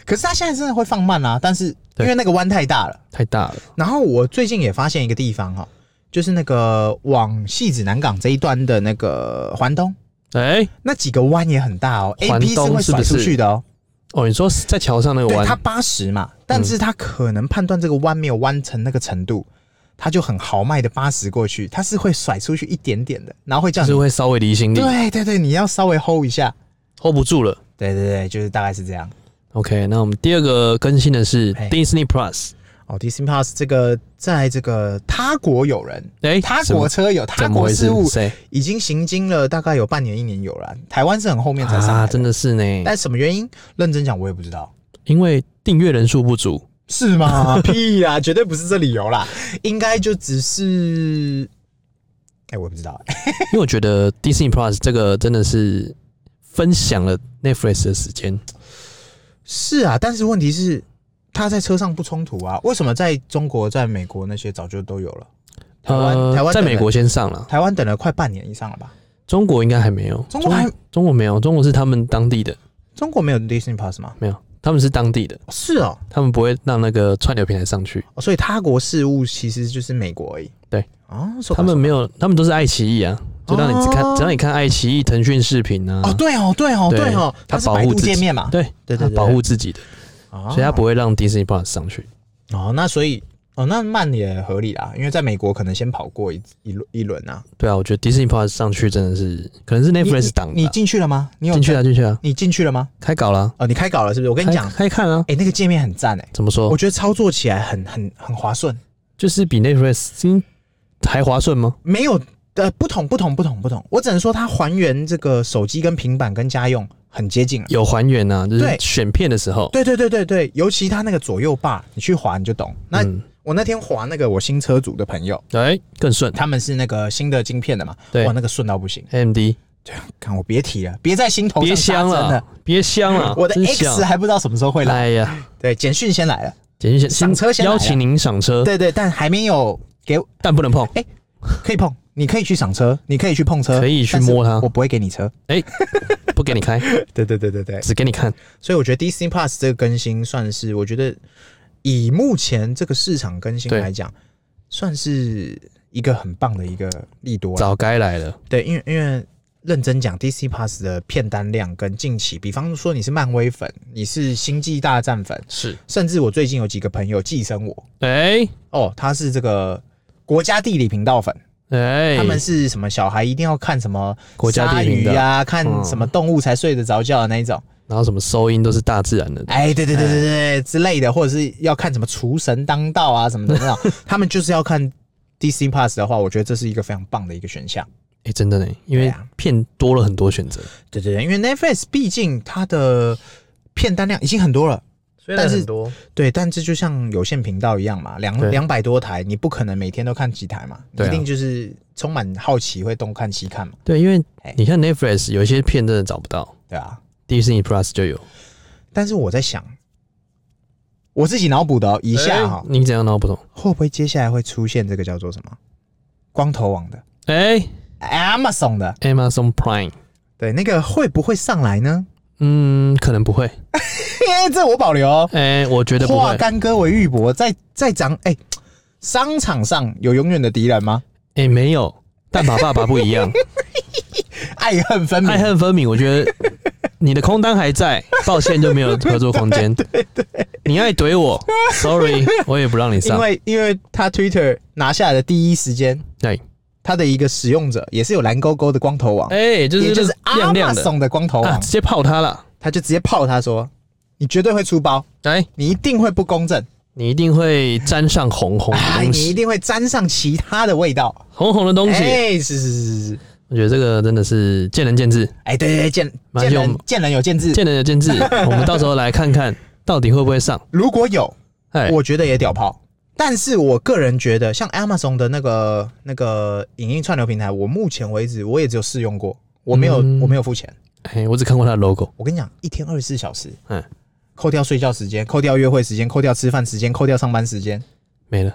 [SPEAKER 1] 可是他现在真的会放慢啦、啊但是因
[SPEAKER 2] 对
[SPEAKER 1] 为那个弯太大了。
[SPEAKER 2] 太大了，
[SPEAKER 1] 然后我最近也发现一个地方哈、就是那个往戏子南港这一端的那个环东，
[SPEAKER 2] 哎，
[SPEAKER 1] 那几个弯也很大哦，A
[SPEAKER 2] 环
[SPEAKER 1] P 是
[SPEAKER 2] 东
[SPEAKER 1] 会
[SPEAKER 2] 是
[SPEAKER 1] 甩
[SPEAKER 2] 不
[SPEAKER 1] 出
[SPEAKER 2] 是
[SPEAKER 1] 去的哦。
[SPEAKER 2] 哦，你说是在桥上那个
[SPEAKER 1] 对，他
[SPEAKER 2] 弯，
[SPEAKER 1] 八十嘛，但是他可能判断这个弯没有弯成那个程度，他就很豪迈的八十过去，他是会甩出去一点点的，然后会这
[SPEAKER 2] 就
[SPEAKER 1] 样
[SPEAKER 2] 是。会稍微离心力
[SPEAKER 1] 对对对，你要稍微 hold 一下。
[SPEAKER 2] ，hold 不住了。
[SPEAKER 1] 对对对，就是大概是这样。
[SPEAKER 2] OK，那我们第二个更新的是
[SPEAKER 1] 哎
[SPEAKER 2] Disney Plus，
[SPEAKER 1] 哦，Disney Plus 这个在这个他国友人、
[SPEAKER 2] 哎，
[SPEAKER 1] 他
[SPEAKER 2] 什么
[SPEAKER 1] 国车友、他
[SPEAKER 2] 怎么
[SPEAKER 1] 国
[SPEAKER 2] 回事
[SPEAKER 1] 事务？
[SPEAKER 2] 谁
[SPEAKER 1] 已经行经了大概有半年、一年有了。台湾是很后面才上来哎
[SPEAKER 2] 啊？真的是呢，
[SPEAKER 1] 但什么原因？认真讲，我也不知道。
[SPEAKER 2] 因为订阅人数不足，
[SPEAKER 1] 是吗？ 屁啦，绝对不是这理由啦，应该就只是……哎、我也不知道、
[SPEAKER 2] 因为我觉得 Disney Plus 这个真的是分享了 Netflix 的时间，
[SPEAKER 1] 是啊，但是问题是，他在车上不冲突啊？为什么在中国、在美国那些早就都有了？台湾、台湾
[SPEAKER 2] 呃在
[SPEAKER 1] 等
[SPEAKER 2] 美
[SPEAKER 1] 了
[SPEAKER 2] 国，先上了，
[SPEAKER 1] 台湾等了快半年以上了吧？
[SPEAKER 2] 中国应该还没有，
[SPEAKER 1] 哦中国还
[SPEAKER 2] 中国没有，中国是他们当地的，
[SPEAKER 1] 中国没有 Disney Plus 吗？
[SPEAKER 2] 没有，他们是当地的，
[SPEAKER 1] 是哦，
[SPEAKER 2] 他们不会让那个串流平台上去，
[SPEAKER 1] 哦所以他国事务其实就是美国而已。
[SPEAKER 2] 对，
[SPEAKER 1] 哦，说
[SPEAKER 2] 他们没有，他们都是爱奇艺啊，就让你只看，
[SPEAKER 1] 哦
[SPEAKER 2] 只让你看爱奇艺、腾讯视频啊
[SPEAKER 1] 哦，，对哦，对哦，
[SPEAKER 2] 对
[SPEAKER 1] 对哦，
[SPEAKER 2] 他
[SPEAKER 1] 它是
[SPEAKER 2] 保
[SPEAKER 1] 百
[SPEAKER 2] 护
[SPEAKER 1] 度
[SPEAKER 2] 自己
[SPEAKER 1] 界面嘛，
[SPEAKER 2] 对
[SPEAKER 1] 对对
[SPEAKER 2] 他
[SPEAKER 1] 对
[SPEAKER 2] 保护自己的，
[SPEAKER 1] 哦，
[SPEAKER 2] 所以他不会让 Disney Plus 上去。
[SPEAKER 1] 哦，那所以哦，那慢也合理啦，因为在美国可能先跑过一一轮一轮啊。
[SPEAKER 2] 对啊，我觉得 Disney Plus 上去真的是，可能是
[SPEAKER 1] 你
[SPEAKER 2] Netflix 挡
[SPEAKER 1] 你
[SPEAKER 2] 的啊。
[SPEAKER 1] 进去了吗？你有
[SPEAKER 2] 进去了，进去了，
[SPEAKER 1] 你进去了吗？
[SPEAKER 2] 开搞了啊。
[SPEAKER 1] 哦，你开搞了是不是？我跟你
[SPEAKER 2] 开哦
[SPEAKER 1] 讲，
[SPEAKER 2] 开看啊，
[SPEAKER 1] 哎、那个界面很赞哎、
[SPEAKER 2] 怎么
[SPEAKER 1] 我
[SPEAKER 2] 说？
[SPEAKER 1] 觉得操作起来很很很划算，
[SPEAKER 2] 就是比 Netflix 今还划算吗？
[SPEAKER 1] 没有呃不同不同不同不同，我只能说它还原这个手机跟平板跟家用很接近了。
[SPEAKER 2] 有还原啊，就是
[SPEAKER 1] 对
[SPEAKER 2] 选片的时候，
[SPEAKER 1] 对对对对对，尤其它那个左右把，你去滑你就懂。那、
[SPEAKER 2] 嗯
[SPEAKER 1] 我那天滑那个我新车主的朋友，
[SPEAKER 2] 哎、更顺。
[SPEAKER 1] 他们是那个新的晶片的嘛，
[SPEAKER 2] 对
[SPEAKER 1] 哇，那个顺到不行。
[SPEAKER 2] AMD
[SPEAKER 1] 看我别提了，别在心头
[SPEAKER 2] 别
[SPEAKER 1] 上
[SPEAKER 2] 香
[SPEAKER 1] 插针
[SPEAKER 2] 了
[SPEAKER 1] 了。，
[SPEAKER 2] 别香了，
[SPEAKER 1] 我的
[SPEAKER 2] 真
[SPEAKER 1] X
[SPEAKER 2] 香。
[SPEAKER 1] 还不知道什么时候会来。
[SPEAKER 2] 哎呀，
[SPEAKER 1] 对，简讯先来了，
[SPEAKER 2] 简讯
[SPEAKER 1] 赏车先来啊
[SPEAKER 2] 邀请您赏车，
[SPEAKER 1] 对对，但还没有给我，
[SPEAKER 2] 但不能碰。
[SPEAKER 1] 可以碰，你可以去赏车，你可以去碰车，
[SPEAKER 2] 可以去
[SPEAKER 1] 但是
[SPEAKER 2] 摸它
[SPEAKER 1] 我不会给你 车。
[SPEAKER 2] 哎、不给你开，
[SPEAKER 1] 对对对对对，
[SPEAKER 2] 只给你看。
[SPEAKER 1] 所以我觉得 Disney Plus 这个更新算是，我觉得以目前这个市场更新
[SPEAKER 2] 对
[SPEAKER 1] 来讲，算是一个很棒的一个利多啦。
[SPEAKER 2] 早该来了，
[SPEAKER 1] 对，因为因为认真讲，DC Plus 的片单量跟近期，比方说你是漫威粉，你是星际大战粉，
[SPEAKER 2] 是。
[SPEAKER 1] 甚至我最近有几个朋友寄生我，
[SPEAKER 2] 哎、
[SPEAKER 1] 哦，他是这个国家地理频道粉，
[SPEAKER 2] 哎，
[SPEAKER 1] 他们是什么小孩一定要看什么
[SPEAKER 2] 国家
[SPEAKER 1] 鲨
[SPEAKER 2] 地名
[SPEAKER 1] 鱼
[SPEAKER 2] 的
[SPEAKER 1] 啊，看
[SPEAKER 2] 嗯
[SPEAKER 1] 什么动物才睡得着觉的那一种。
[SPEAKER 2] 然后什么收音都是大自然的，
[SPEAKER 1] 哎，对对对对对之类的，或者是要看什么厨神当道啊什么的那 种，他们就是要看 DC Plus 的话，我觉得这是一个非常棒的一个选项。
[SPEAKER 2] 哎，真的呢，因
[SPEAKER 1] 对
[SPEAKER 2] 为
[SPEAKER 1] 啊
[SPEAKER 2] 片多了很多选择，
[SPEAKER 1] 对对对，因为 Netflix 毕竟它的片单量已经很多了，
[SPEAKER 3] 虽
[SPEAKER 1] 但
[SPEAKER 3] 然
[SPEAKER 1] 是
[SPEAKER 3] 很多，
[SPEAKER 1] 对，但这就像有线频道一样嘛，两
[SPEAKER 2] 对
[SPEAKER 1] 两百多台，你不可能每天都看几台嘛，
[SPEAKER 2] 对啊
[SPEAKER 1] 一定就是充满好奇会东看西看嘛，
[SPEAKER 2] 对，因为
[SPEAKER 1] 哎
[SPEAKER 2] 你看 Netflix 有一些片真的找不到
[SPEAKER 1] 对啊。
[SPEAKER 2] ，Disney Plus 就有，
[SPEAKER 1] 但是我在想，我自己脑补的、哦、一下哈、
[SPEAKER 2] 哎你怎样闹不懂？
[SPEAKER 1] 会不会接下来会出现这个叫做什么光头网的
[SPEAKER 2] 哎
[SPEAKER 1] Amazon 的？
[SPEAKER 2] ，Amazon Prime，
[SPEAKER 1] 对，那个会不会上来呢？
[SPEAKER 2] 嗯，可能不会，
[SPEAKER 1] 嘿这我保留哦。
[SPEAKER 2] 哎，我觉得不
[SPEAKER 1] 化
[SPEAKER 2] 会
[SPEAKER 1] 干戈为玉帛，在在涨哎、商场上有永远的敌人吗？
[SPEAKER 2] 哎，没有，但把爸爸不一样，
[SPEAKER 1] 爱恨分明
[SPEAKER 2] 爱。恨分明，我觉得你的空单还在，抱歉就没有合作空 间。你爱怼我，sorry，我也不让你
[SPEAKER 1] 因
[SPEAKER 2] 上。
[SPEAKER 1] 为因为他 Twitter 拿下来的第一时间，
[SPEAKER 2] 对，
[SPEAKER 1] 他的一个使用者也是有蓝勾勾的光头王，
[SPEAKER 2] 哎，就
[SPEAKER 1] 也
[SPEAKER 2] 是
[SPEAKER 1] 就是
[SPEAKER 2] 亮亮的
[SPEAKER 1] Amazon 的光头王，
[SPEAKER 2] 啊，直接泡他了。
[SPEAKER 1] 他就直接泡他说：“你绝对会出包，
[SPEAKER 2] 哎，
[SPEAKER 1] 你一定会不公正，
[SPEAKER 2] 你一定会沾上红红的
[SPEAKER 1] 哎，
[SPEAKER 2] 东
[SPEAKER 1] 你一
[SPEAKER 2] 西，
[SPEAKER 1] 定会沾上其他的味道。
[SPEAKER 2] 红红的”东西。
[SPEAKER 1] 哎，是是是是是，
[SPEAKER 2] 我觉得这个真的是见 仁见智，
[SPEAKER 1] 哎，对对对，见
[SPEAKER 2] 蛮
[SPEAKER 1] 见
[SPEAKER 2] 有
[SPEAKER 1] 人见人有见智，
[SPEAKER 2] 见仁有见智。我们到时候来看看到底会不会上。
[SPEAKER 1] 如果有
[SPEAKER 2] 哎，
[SPEAKER 1] 我觉得也屌炮。但是我个人觉得，像 Amazon 的那个那个影音串流平台，我目前为止我也只有试用过，我没有、
[SPEAKER 2] 嗯
[SPEAKER 1] 我没有付钱。
[SPEAKER 2] 哎，我只看过他的 logo。
[SPEAKER 1] 我跟你讲，一天二十四小时，
[SPEAKER 2] 嗯，
[SPEAKER 1] 扣掉睡觉时间，扣掉约会时间，扣掉吃饭时间，扣掉上班时间，
[SPEAKER 2] 没了，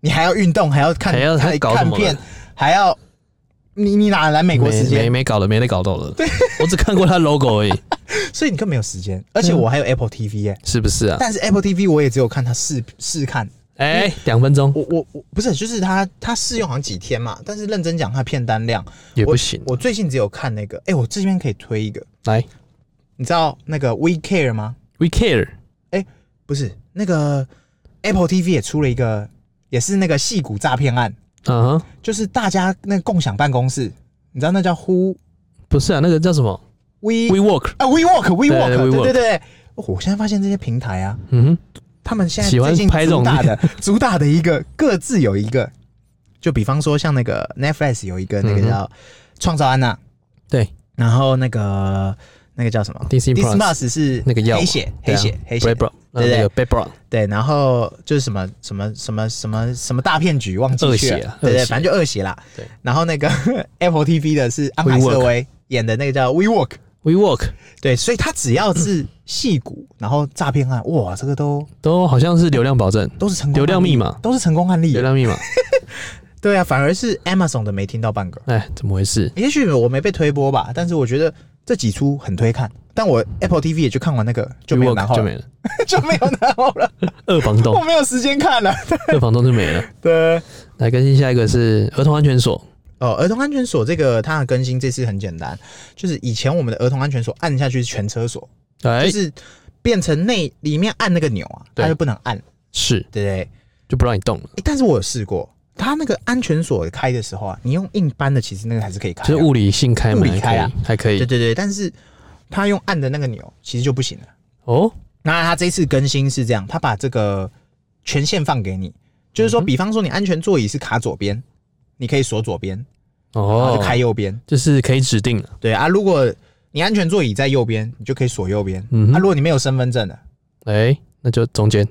[SPEAKER 1] 你还要运动，还要看
[SPEAKER 2] 还要
[SPEAKER 1] 还
[SPEAKER 2] 还搞什
[SPEAKER 1] 看
[SPEAKER 2] 么
[SPEAKER 1] 片
[SPEAKER 2] 了，
[SPEAKER 1] 还要你你哪来美国
[SPEAKER 2] 没
[SPEAKER 1] 时
[SPEAKER 2] 没
[SPEAKER 1] 间？
[SPEAKER 2] 没搞的，没得搞到的。我只看过他的 logo 而已，
[SPEAKER 1] 所以你更没有时间。而且我还有 Apple TV 耶、
[SPEAKER 2] 是 不是啊？
[SPEAKER 1] 但是 Apple TV 我也只有看它试试看，
[SPEAKER 2] 哎，两分钟
[SPEAKER 1] 我我我不是，就是它它试用好像几天嘛，但是认真讲它片单量。
[SPEAKER 2] 也不行。
[SPEAKER 1] 我。我最近只有看那个，哎、我这边可以推一个，
[SPEAKER 2] 来
[SPEAKER 1] 你知道那个 We Care 吗？
[SPEAKER 2] ，We Care。
[SPEAKER 1] 不是，那个 Apple TV 也出了一个，也是那个戏骨诈骗案，
[SPEAKER 2] 嗯哼，
[SPEAKER 1] 就是大家那个共享办公室，你知道那叫 Who
[SPEAKER 2] 不是啊，那个叫什么
[SPEAKER 1] We
[SPEAKER 2] WeWork。
[SPEAKER 1] 啊 We Work We
[SPEAKER 2] 对
[SPEAKER 1] Work，
[SPEAKER 2] WeWork
[SPEAKER 1] 对对对。哦我现在发现这些平台啊，
[SPEAKER 2] 嗯
[SPEAKER 1] 他们现在
[SPEAKER 2] 喜欢
[SPEAKER 1] 最近
[SPEAKER 2] 拍这
[SPEAKER 1] 主
[SPEAKER 2] 种
[SPEAKER 1] 打的主打的一个各自有一个，就比方说像那个 Netflix 有一个那个
[SPEAKER 2] 嗯哼
[SPEAKER 1] 叫《创造安娜》，
[SPEAKER 2] 对，
[SPEAKER 1] 然后那个那个叫什么
[SPEAKER 2] DC Plus
[SPEAKER 1] 是
[SPEAKER 2] 那个药嘛
[SPEAKER 1] 黑血
[SPEAKER 2] 对
[SPEAKER 1] 黑
[SPEAKER 2] 啊
[SPEAKER 1] 血黑血
[SPEAKER 2] b r a d Brown，
[SPEAKER 1] 对
[SPEAKER 2] 那
[SPEAKER 1] 对
[SPEAKER 2] 个 b r a d Brown，
[SPEAKER 1] 对，然后就是什么什么什么什么什么大骗局，忘记
[SPEAKER 2] 恶
[SPEAKER 1] 去
[SPEAKER 2] 血
[SPEAKER 1] 了
[SPEAKER 2] 啊，
[SPEAKER 1] 对
[SPEAKER 2] 恶
[SPEAKER 1] 对，
[SPEAKER 2] 血
[SPEAKER 1] 反正就恶血啦。
[SPEAKER 2] 对，
[SPEAKER 1] 然后那个 Apple TV 的是安海
[SPEAKER 2] WeWork
[SPEAKER 1] 瑟薇演的那个叫 WeWork，
[SPEAKER 2] WeWork
[SPEAKER 1] 对，所以他只要是戏 骨，然后诈骗案，哇，这个都
[SPEAKER 2] 都好像是流量保证、
[SPEAKER 1] 都是成功
[SPEAKER 2] 流量
[SPEAKER 1] 案例
[SPEAKER 2] 密码、
[SPEAKER 1] 都是成功案例
[SPEAKER 2] 流。量密码。
[SPEAKER 1] 对啊，反而是 Amazon 的没听到半个。
[SPEAKER 2] 哎，怎么回事？
[SPEAKER 1] 也许我没被推播吧，但是我觉得这几出很推看。但我 Apple TV 也就看完那个就没有然
[SPEAKER 2] WeWork
[SPEAKER 1] 后
[SPEAKER 2] 就
[SPEAKER 1] 了，
[SPEAKER 2] 没了，
[SPEAKER 1] 就没有然后了，
[SPEAKER 2] 二房
[SPEAKER 1] 我
[SPEAKER 2] 东，
[SPEAKER 1] 没有时间看了。
[SPEAKER 2] 二房东就没了。
[SPEAKER 1] 对。
[SPEAKER 2] 来更新下一个是儿童安全所，
[SPEAKER 1] 哦，儿童安全锁这个它的更新这次很简单，就是以前我们的儿童安全锁按下去是全车锁，
[SPEAKER 2] 哎
[SPEAKER 1] 就，是变成内里面按那个钮啊，
[SPEAKER 2] 对
[SPEAKER 1] 它就不能按，
[SPEAKER 2] 是
[SPEAKER 1] 对不对？诶
[SPEAKER 2] 就不让你动了，
[SPEAKER 1] 但是我有试过，它那个安全锁开的时候啊，你用硬扳的，其实那个还是可以开、啊，
[SPEAKER 2] 就是物理性开
[SPEAKER 1] 物
[SPEAKER 2] 门
[SPEAKER 1] 理开啊
[SPEAKER 2] 还可以，还
[SPEAKER 1] 对
[SPEAKER 2] 可以
[SPEAKER 1] 对对，但是它用按的那个钮其实就不行了。
[SPEAKER 2] 哦，
[SPEAKER 1] 那它这次更新是这样，它把这个权限放给你，就是说，比方说你安全座椅是卡左边，你可以锁左边，然后
[SPEAKER 2] 哦
[SPEAKER 1] 啊就，开右边。
[SPEAKER 2] 就是可以指定了，
[SPEAKER 1] 对啊，如果你安全座椅在右边，你就可以锁右边。
[SPEAKER 2] 嗯哼
[SPEAKER 1] 啊，如果你没有身份证的
[SPEAKER 2] 哎，那就中间，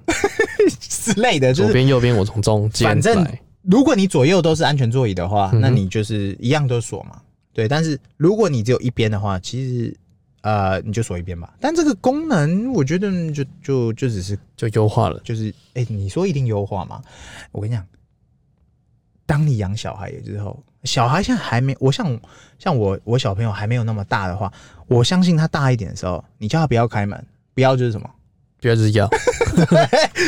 [SPEAKER 1] 之类的，就
[SPEAKER 2] 左
[SPEAKER 1] 是
[SPEAKER 2] 边右边我从中间
[SPEAKER 1] 反正
[SPEAKER 2] 来
[SPEAKER 1] 如果你左右都是安全座椅的话，
[SPEAKER 2] 嗯哼
[SPEAKER 1] 那你就是一样都锁嘛。对，但是如果你只有一边的话，其实呃你就锁一边吧。但这个功能，我觉得嗯就就就只是
[SPEAKER 2] 就优化了，
[SPEAKER 1] 就是，哎、你说一定优化吗？我跟你讲，当你养小孩之后，小孩现在还没，我像像我我小朋友还没有那么大的话，我相信他大一点的时候，你叫他不要开门，不要就是什么，
[SPEAKER 2] 不要就是要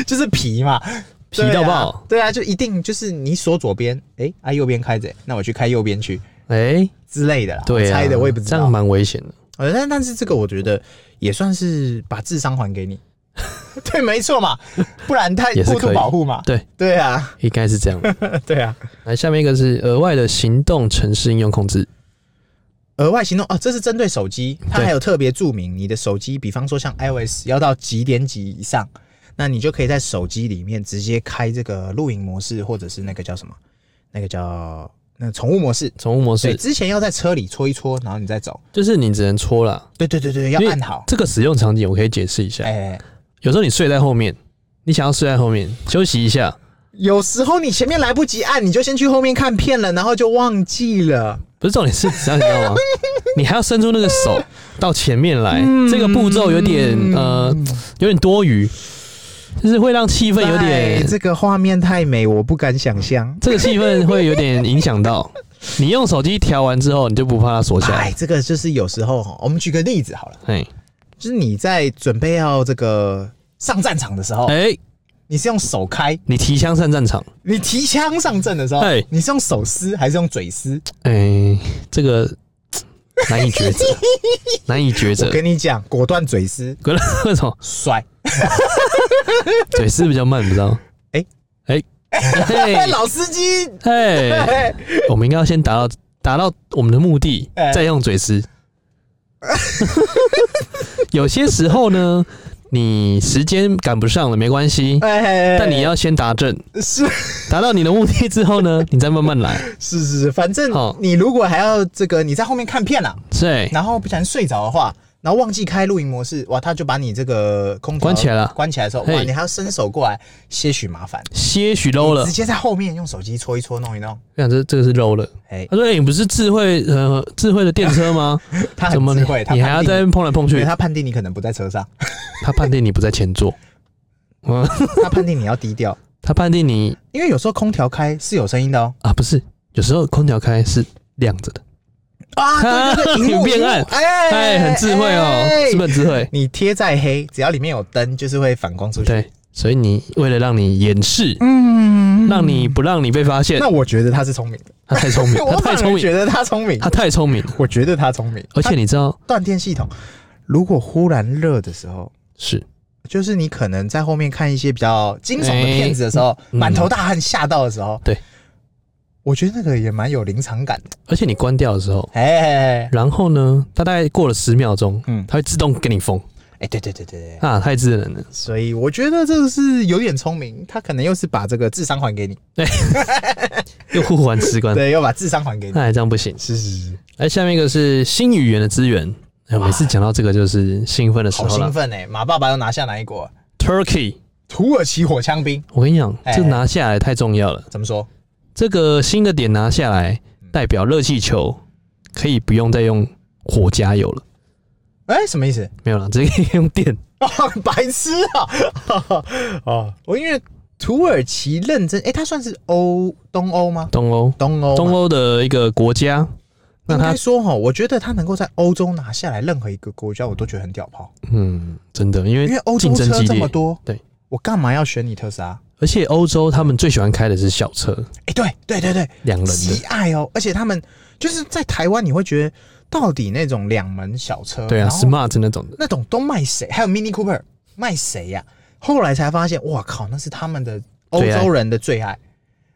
[SPEAKER 1] 就是皮嘛，
[SPEAKER 2] 皮到爆。
[SPEAKER 1] 对啊。对啊，就一定就是你锁左边，哎、啊右边开着、那我去开右边去
[SPEAKER 2] 哎，
[SPEAKER 1] 之类的啦。
[SPEAKER 2] 对
[SPEAKER 1] 我
[SPEAKER 2] 啊，
[SPEAKER 1] 猜的我也不知
[SPEAKER 2] 这样
[SPEAKER 1] 道。
[SPEAKER 2] 蛮危险的。
[SPEAKER 1] 呃，但但是这个我觉得也算是把智商还给你。 对，没错嘛，不然太
[SPEAKER 2] 也是
[SPEAKER 1] 过度
[SPEAKER 2] 可以
[SPEAKER 1] 保护嘛。
[SPEAKER 2] 对，
[SPEAKER 1] 对啊，
[SPEAKER 2] 应该是这样。
[SPEAKER 1] 对啊，
[SPEAKER 2] 来，下面一个是额外的行动城市应用控制，
[SPEAKER 1] 额外行动哦，这是针对手机，它
[SPEAKER 2] 对
[SPEAKER 1] 还有特别注明你的手机，比方说像 iOS 要到几点几以上，那你就可以在手机里面直接开这个录影模式，或者是那个叫什么，那个叫那个宠物模式。
[SPEAKER 2] 宠物模
[SPEAKER 1] 对，
[SPEAKER 2] 式
[SPEAKER 1] 之前要在车里搓一搓，然后你再走。
[SPEAKER 2] 就是你只能戳啦。
[SPEAKER 1] 对对对对，要
[SPEAKER 2] 因为
[SPEAKER 1] 按好。
[SPEAKER 2] 这个使用场景我可以解释一下，
[SPEAKER 1] 哎、
[SPEAKER 2] 有时候你睡在后面，你想要睡在后面休息一下，
[SPEAKER 1] 有时候你前面来不及按，你就先去后面看片了，然后就忘记了。
[SPEAKER 2] 不是重点是，你知道你知 道吗？你还要伸出那个手到前面来，
[SPEAKER 1] 嗯
[SPEAKER 2] 这个步骤有点呃，有点多余，就是会让气氛有
[SPEAKER 1] 哎
[SPEAKER 2] 点，
[SPEAKER 1] 这个画面太美，我不敢想象。
[SPEAKER 2] 这个气氛会有点影响到。你用手机调完之后，你就不怕它锁起
[SPEAKER 1] 哎
[SPEAKER 2] 来，，
[SPEAKER 1] 这个就是有时候哦哈，我们举个例子好了，
[SPEAKER 2] 哎
[SPEAKER 1] 就是你在准备要这个上战场的时候，
[SPEAKER 2] 哎，
[SPEAKER 1] 你是用手开；
[SPEAKER 2] 你提枪上战场，
[SPEAKER 1] 你提枪上阵的时候
[SPEAKER 2] 哎，
[SPEAKER 1] 你是用手撕还是用嘴撕？
[SPEAKER 2] 哎，这个难 以抉择，难以抉择
[SPEAKER 1] 我。跟你讲，果断嘴撕，
[SPEAKER 2] 可能为 什么
[SPEAKER 1] 帅。
[SPEAKER 2] 嘴是比较慢，不知道？
[SPEAKER 1] 哎
[SPEAKER 2] 哎
[SPEAKER 1] 哎，
[SPEAKER 2] 哎
[SPEAKER 1] 老司机，
[SPEAKER 2] 哎，
[SPEAKER 1] 哎
[SPEAKER 2] 我们应该要先达到达到我们的目的
[SPEAKER 1] 哎，
[SPEAKER 2] 再用嘴吃。 有些时候呢，你时间赶不上了没关系，
[SPEAKER 1] 哎，
[SPEAKER 2] 但你要先达阵，
[SPEAKER 1] 是
[SPEAKER 2] 达到你的目的之后呢，你再慢慢来。
[SPEAKER 1] 是是是，反正
[SPEAKER 2] 好
[SPEAKER 1] 你如果还要这个，你在后面看片了、
[SPEAKER 2] 对，
[SPEAKER 1] 然后不小心睡着的话，然后忘记开录音模式，哇，他就把你这个空调
[SPEAKER 2] 关起来了
[SPEAKER 1] 关起来的时候，哇，
[SPEAKER 2] 嘿
[SPEAKER 1] 你还要伸手过来，些许麻烦。
[SPEAKER 2] 些许 low 了
[SPEAKER 1] 直，接在后面用手机搓一搓，弄一弄。
[SPEAKER 2] 我想这这个是 low 了。
[SPEAKER 1] 哎、
[SPEAKER 2] 他说：“哎、你不是智慧呃智慧的电车吗？
[SPEAKER 1] 他
[SPEAKER 2] 怎
[SPEAKER 1] 很
[SPEAKER 2] 么
[SPEAKER 1] 智
[SPEAKER 2] 你
[SPEAKER 1] 慧，他
[SPEAKER 2] 你
[SPEAKER 1] 判
[SPEAKER 2] 还要
[SPEAKER 1] 定
[SPEAKER 2] 在那边碰来碰
[SPEAKER 1] 对
[SPEAKER 2] 去？
[SPEAKER 1] 他判定你可能不在车上，
[SPEAKER 2] 他判定你不在前座，嗯，
[SPEAKER 1] 他判定你要低调，
[SPEAKER 2] 他判定你
[SPEAKER 1] 因为有时候空调开是有声音的 哦。
[SPEAKER 2] 啊不是，有时候空调开是亮着的。”
[SPEAKER 1] 啊，对对对， 荧幕
[SPEAKER 2] 变暗
[SPEAKER 1] 荧幕哎
[SPEAKER 2] 哎，很智慧哦，
[SPEAKER 1] 哎
[SPEAKER 2] 是不是很智慧？
[SPEAKER 1] 你贴再黑，只要里面有灯，就是会反光出去。
[SPEAKER 2] 对，所以你为了让你掩饰，
[SPEAKER 1] 嗯，
[SPEAKER 2] 让你不让你被发现
[SPEAKER 1] 那，我觉得他是聪明的，
[SPEAKER 2] 他太聪 明，
[SPEAKER 1] 我
[SPEAKER 2] 他
[SPEAKER 1] 反
[SPEAKER 2] 太
[SPEAKER 1] 而
[SPEAKER 2] 聪
[SPEAKER 1] 觉
[SPEAKER 2] 明，
[SPEAKER 1] 得他聪明，
[SPEAKER 2] 他太聪明了。
[SPEAKER 1] 我觉得他聪明，
[SPEAKER 2] 而且你知道，
[SPEAKER 1] 断电系统，如果忽然热的时候，
[SPEAKER 2] 是
[SPEAKER 1] 就是你可能在后面看一些比较惊悚的片子的时候，
[SPEAKER 2] 嗯
[SPEAKER 1] 满、头大汗吓到的时候，
[SPEAKER 2] 对，
[SPEAKER 1] 我觉得那个也蛮有临场感的。
[SPEAKER 2] 而且你关掉的时候，
[SPEAKER 1] 哎哎、
[SPEAKER 2] 然后呢，它大概过了十秒钟，
[SPEAKER 1] 嗯
[SPEAKER 2] 嗯，它会自动给你封
[SPEAKER 1] 哎对对对对对，
[SPEAKER 2] 啊，太智能了。
[SPEAKER 1] 所以我觉得这个是有点聪明，他可能又是把这个智商还给你，
[SPEAKER 2] 又互换吃 关，
[SPEAKER 1] 对，又把智商还给你。
[SPEAKER 2] 哎，这样不行。
[SPEAKER 1] 嗯 是是是，
[SPEAKER 2] 来，下面一个是新语言的资源。哎，每次讲到这个就是兴奋的时
[SPEAKER 1] 好
[SPEAKER 2] 候
[SPEAKER 1] 兴
[SPEAKER 2] 了。
[SPEAKER 1] 奋哎、马爸爸又拿下哪一国？
[SPEAKER 2] Turkey，
[SPEAKER 1] 土耳其火枪兵
[SPEAKER 2] 我跟你讲，这
[SPEAKER 1] 哎
[SPEAKER 2] 拿下来太重要了。
[SPEAKER 1] 怎么说？
[SPEAKER 2] 这个新的点拿下来，
[SPEAKER 1] 嗯
[SPEAKER 2] 代表热气球可以不用再用火加油了，
[SPEAKER 1] 哎、什么意思？
[SPEAKER 2] 没有了，直接可以用电。
[SPEAKER 1] 哦，白痴啊！ 哦，我因为土耳其认真，哎、它算是欧东欧吗？
[SPEAKER 2] 东欧，
[SPEAKER 1] 东欧嘛，
[SPEAKER 2] 东欧的一个国家，那
[SPEAKER 1] 应
[SPEAKER 2] 它
[SPEAKER 1] 该说哈，我觉得他能够在欧洲拿下来任何一个国家，我都觉得很屌炮，
[SPEAKER 2] 嗯，真的，因
[SPEAKER 1] 因为
[SPEAKER 2] 为
[SPEAKER 1] 欧洲
[SPEAKER 2] 竞争
[SPEAKER 1] 车
[SPEAKER 2] 激
[SPEAKER 1] 这么
[SPEAKER 2] 烈，
[SPEAKER 1] 多，
[SPEAKER 2] 对
[SPEAKER 1] 我干嘛要选你特斯拉？
[SPEAKER 2] 而且欧洲他们最喜欢开的是小车，
[SPEAKER 1] 哎、对对对对，
[SPEAKER 2] 两人
[SPEAKER 1] 极
[SPEAKER 2] 的，
[SPEAKER 1] 爱哦，而且他们就是在台湾，你会觉得到底那种两门小车，
[SPEAKER 2] 对啊
[SPEAKER 1] 然后
[SPEAKER 2] ，smart 那种的，
[SPEAKER 1] 那种都卖谁？还有 Mini Cooper 卖谁呀、后来才发现，哇靠，那是他们的欧
[SPEAKER 2] 最爱
[SPEAKER 1] 洲人的最爱。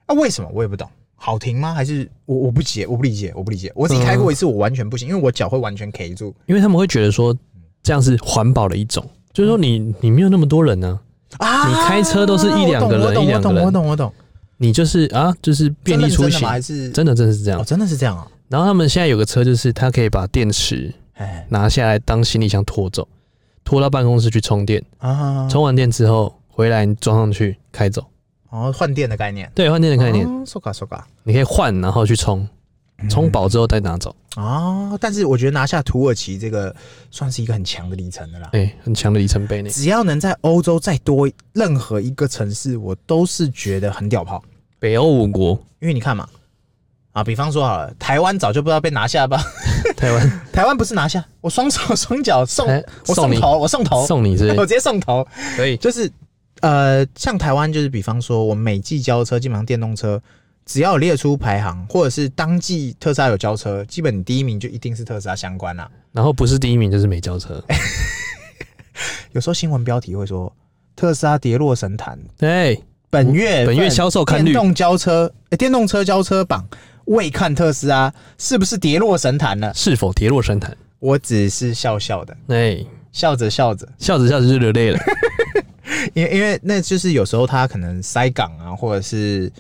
[SPEAKER 1] 啊，为什么我也不懂？好停吗？还是我我不解，我不理解，我不理解。我自己开过一次，我完全不
[SPEAKER 2] 嗯
[SPEAKER 1] 行，因为我脚会完全 K 住。
[SPEAKER 2] 因为他们会觉得说这样是环保的一种，就是说你你没有那么多人呢、
[SPEAKER 1] 啊
[SPEAKER 2] 你开车都是一两个人
[SPEAKER 1] 我懂
[SPEAKER 2] 一两个人
[SPEAKER 1] 我懂，我懂，我懂。
[SPEAKER 2] 你就是啊，就是便利
[SPEAKER 1] 真
[SPEAKER 2] 出
[SPEAKER 1] 的
[SPEAKER 2] 行
[SPEAKER 1] 吗？，还是
[SPEAKER 2] 真的真的是这
[SPEAKER 1] 哦，
[SPEAKER 2] 样。
[SPEAKER 1] 真的是这样啊？
[SPEAKER 2] 然后他们现在有个车，就是它可以把电池
[SPEAKER 1] 哎
[SPEAKER 2] 拿下来当行李箱拖走，拖到办公室去充电，
[SPEAKER 1] 啊，
[SPEAKER 2] 充完电之后回来你装上去开走。
[SPEAKER 1] 哦，换电的概念，
[SPEAKER 2] 对，换电的概念，
[SPEAKER 1] 哦，so 嗯 ga so ga
[SPEAKER 2] 你可以换，然后去充，充饱之后再拿走。
[SPEAKER 1] 哦，但是我觉得拿下土耳其这个算是一个很强的里程的啦。
[SPEAKER 2] 哎、很强的里程 碑呢。
[SPEAKER 1] 只要能在欧洲再多任何一个城市，我都是觉得很屌炮。
[SPEAKER 2] 北欧五国，
[SPEAKER 1] 因为你看嘛，啊，比方说好了，台湾早就不知道被拿下吧？
[SPEAKER 2] 台湾
[SPEAKER 1] 台湾不是拿下，我双手 双脚送，
[SPEAKER 2] 哎
[SPEAKER 1] 我
[SPEAKER 2] 送
[SPEAKER 1] 送
[SPEAKER 2] 你
[SPEAKER 1] 头，我送头，
[SPEAKER 2] 送你是
[SPEAKER 1] 我直接送头。
[SPEAKER 2] 可以，
[SPEAKER 1] 就是呃，像台湾就是，比方说我们每季交车，基本上电动车只要有列出排行，或者是当季特斯拉有交车，基本你第一名就一定是特斯拉相关啦、哎
[SPEAKER 2] 然后不是第一名就是没交车，
[SPEAKER 1] 有时候新闻标题会说。特斯拉跌落神坛。
[SPEAKER 2] 对，
[SPEAKER 1] 本月份
[SPEAKER 2] 嗯本月销售看率
[SPEAKER 1] 电动交车、诶电动车交车榜未看特斯拉是不是跌落神坛了？
[SPEAKER 2] 是否跌落神坛？
[SPEAKER 1] 我只是笑笑的，
[SPEAKER 2] 哎，
[SPEAKER 1] 笑着笑着，
[SPEAKER 2] 笑着笑着就 流泪了。
[SPEAKER 1] 因为因为那就是有时候他可能塞港啊，或者是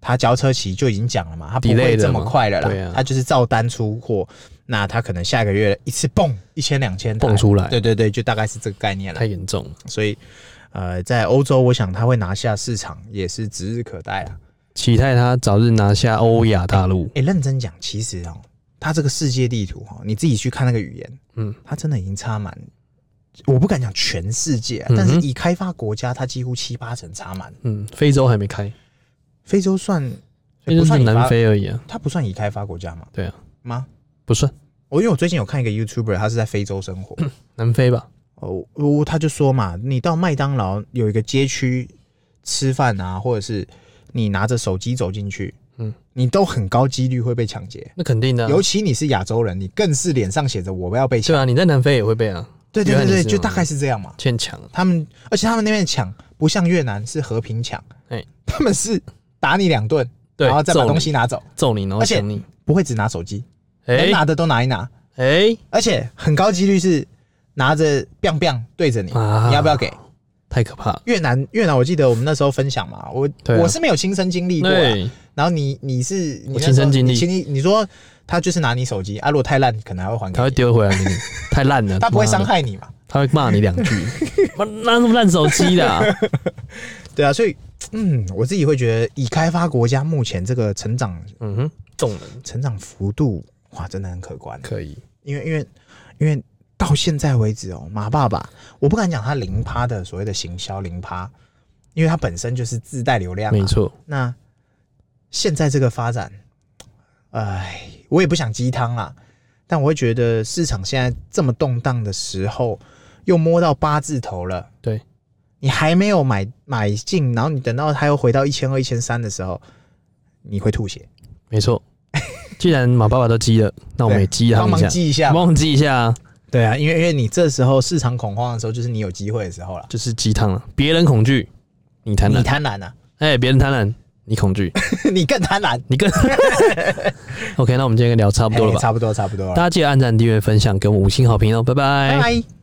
[SPEAKER 1] 他交车期就已经讲了嘛，他不
[SPEAKER 2] Delay
[SPEAKER 1] 会
[SPEAKER 2] 了
[SPEAKER 1] 这么
[SPEAKER 2] 嘛
[SPEAKER 1] 快了啦，
[SPEAKER 2] 对啊
[SPEAKER 1] 他就是照单出货，那他可能下个月一次蹦一千两千台
[SPEAKER 2] 蹦出来
[SPEAKER 1] 对对对，就大概是这个概念了
[SPEAKER 2] 太。严重了，
[SPEAKER 1] 所以呃，在欧洲，我想他会拿下市场也是指日可待啊。
[SPEAKER 2] 期待他早日拿下欧亚大陆。
[SPEAKER 1] 哎、认真讲，其实哦，它这个世界地图哦，你自己去看那个语言，
[SPEAKER 2] 嗯，
[SPEAKER 1] 它真的已经差蛮，我不敢讲全世界啊、
[SPEAKER 2] 嗯哼
[SPEAKER 1] 但是以开发国家，它几乎七八成差满。
[SPEAKER 2] 嗯，非洲还没开，
[SPEAKER 1] 非洲算、欸不
[SPEAKER 2] 非洲是
[SPEAKER 1] 算已
[SPEAKER 2] 南
[SPEAKER 1] 发，
[SPEAKER 2] 非而已啊，
[SPEAKER 1] 它不算已开发国家吗？
[SPEAKER 2] 对啊，
[SPEAKER 1] 吗？
[SPEAKER 2] 不算
[SPEAKER 1] 我因为我最近有看一个 YouTuber，他是在非洲生活，
[SPEAKER 2] 南非吧？
[SPEAKER 1] 哦，我他就说嘛，你到麦当劳有一个街区吃饭啊，或者是你拿着手机走进去，
[SPEAKER 2] 嗯
[SPEAKER 1] 嗯，你都很高几率会被抢劫。
[SPEAKER 2] 那肯定的啊、
[SPEAKER 1] 尤其你是亚洲人，你更是脸上写着我要被抢。
[SPEAKER 2] 对啊，你在南非也会被啊，
[SPEAKER 1] 对对
[SPEAKER 2] 原来
[SPEAKER 1] 对对，
[SPEAKER 2] 你是这
[SPEAKER 1] 就
[SPEAKER 2] 样
[SPEAKER 1] 大概是这样嘛。
[SPEAKER 2] 欠抢啊。
[SPEAKER 1] 他们，而且他们那边抢不像越南是和平抢，
[SPEAKER 2] 哎
[SPEAKER 1] 他们是打你两顿，
[SPEAKER 2] 对，
[SPEAKER 1] 然后再把
[SPEAKER 2] 揍
[SPEAKER 1] 东
[SPEAKER 2] 你
[SPEAKER 1] 西拿走，
[SPEAKER 2] 揍你，然后
[SPEAKER 1] 而且
[SPEAKER 2] 抢你。
[SPEAKER 1] 不会只拿手机，能
[SPEAKER 2] 哎
[SPEAKER 1] 拿的都拿一拿，
[SPEAKER 2] 哎
[SPEAKER 1] 而且很高几率是拿着 biang biang 对着你，
[SPEAKER 2] 啊！
[SPEAKER 1] 你要不要给？
[SPEAKER 2] 太可怕了。
[SPEAKER 1] 越南越南，我记得我们那时候分享嘛，我、
[SPEAKER 2] 对啊
[SPEAKER 1] 我是没有亲身经历过啦，
[SPEAKER 2] 对，
[SPEAKER 1] 然后你你是你
[SPEAKER 2] 我
[SPEAKER 1] 那
[SPEAKER 2] 亲身
[SPEAKER 1] 时候
[SPEAKER 2] 经历
[SPEAKER 1] 你亲历，你说他就是拿你手机，啊，如果太烂，可能还会还给
[SPEAKER 2] 他会
[SPEAKER 1] 你，
[SPEAKER 2] 丢 回来给你，太烂了。
[SPEAKER 1] 他不会
[SPEAKER 2] 妈的
[SPEAKER 1] 伤，害你嘛？
[SPEAKER 2] 他会骂你两 句。妈拿那么烂手机的啊，
[SPEAKER 1] 对啊，所以嗯，我自己会觉得，已开发国家目前这个成长
[SPEAKER 2] 嗯哼，众人
[SPEAKER 1] 成长幅度，哇，真的很可观。
[SPEAKER 2] 可以，
[SPEAKER 1] 因为因为因为到现在为止哦，马爸爸，我不敢讲他零趴的所谓的行销零趴，因为他本身就是自带流量、啊，
[SPEAKER 2] 没。错，
[SPEAKER 1] 那现在这个发展，哎，我也不想鸡汤啦，但我会觉得市场现在这么动荡的时候，又摸到八字头了，
[SPEAKER 2] 对
[SPEAKER 1] 你还没有买买进，然后你等到它又回到一千二、一千三的时候，你会吐血。
[SPEAKER 2] 没错。既然马爸爸都激了，那我们也激他
[SPEAKER 1] 帮
[SPEAKER 2] 一
[SPEAKER 1] 忙
[SPEAKER 2] 下，
[SPEAKER 1] 记一下。
[SPEAKER 2] 帮忙激一下啊，
[SPEAKER 1] 对啊，因为因为你这时候市场恐慌的时候，就是你有机会的时候了。
[SPEAKER 2] 就是鸡汤了。别人恐惧，你贪
[SPEAKER 1] 你
[SPEAKER 2] 婪；
[SPEAKER 1] 贪婪啊，
[SPEAKER 2] 哎，别人贪婪，你恐惧，
[SPEAKER 1] 你更贪婪。
[SPEAKER 2] 你更。OK，那我们今天聊差不多了
[SPEAKER 1] 嘿
[SPEAKER 2] 吧？
[SPEAKER 1] 哎差不多，差不多
[SPEAKER 2] 大
[SPEAKER 1] 了。
[SPEAKER 2] 家记得按赞、订阅、分享，给我们五星好评哦，拜
[SPEAKER 1] 拜
[SPEAKER 2] 拜
[SPEAKER 1] 拜。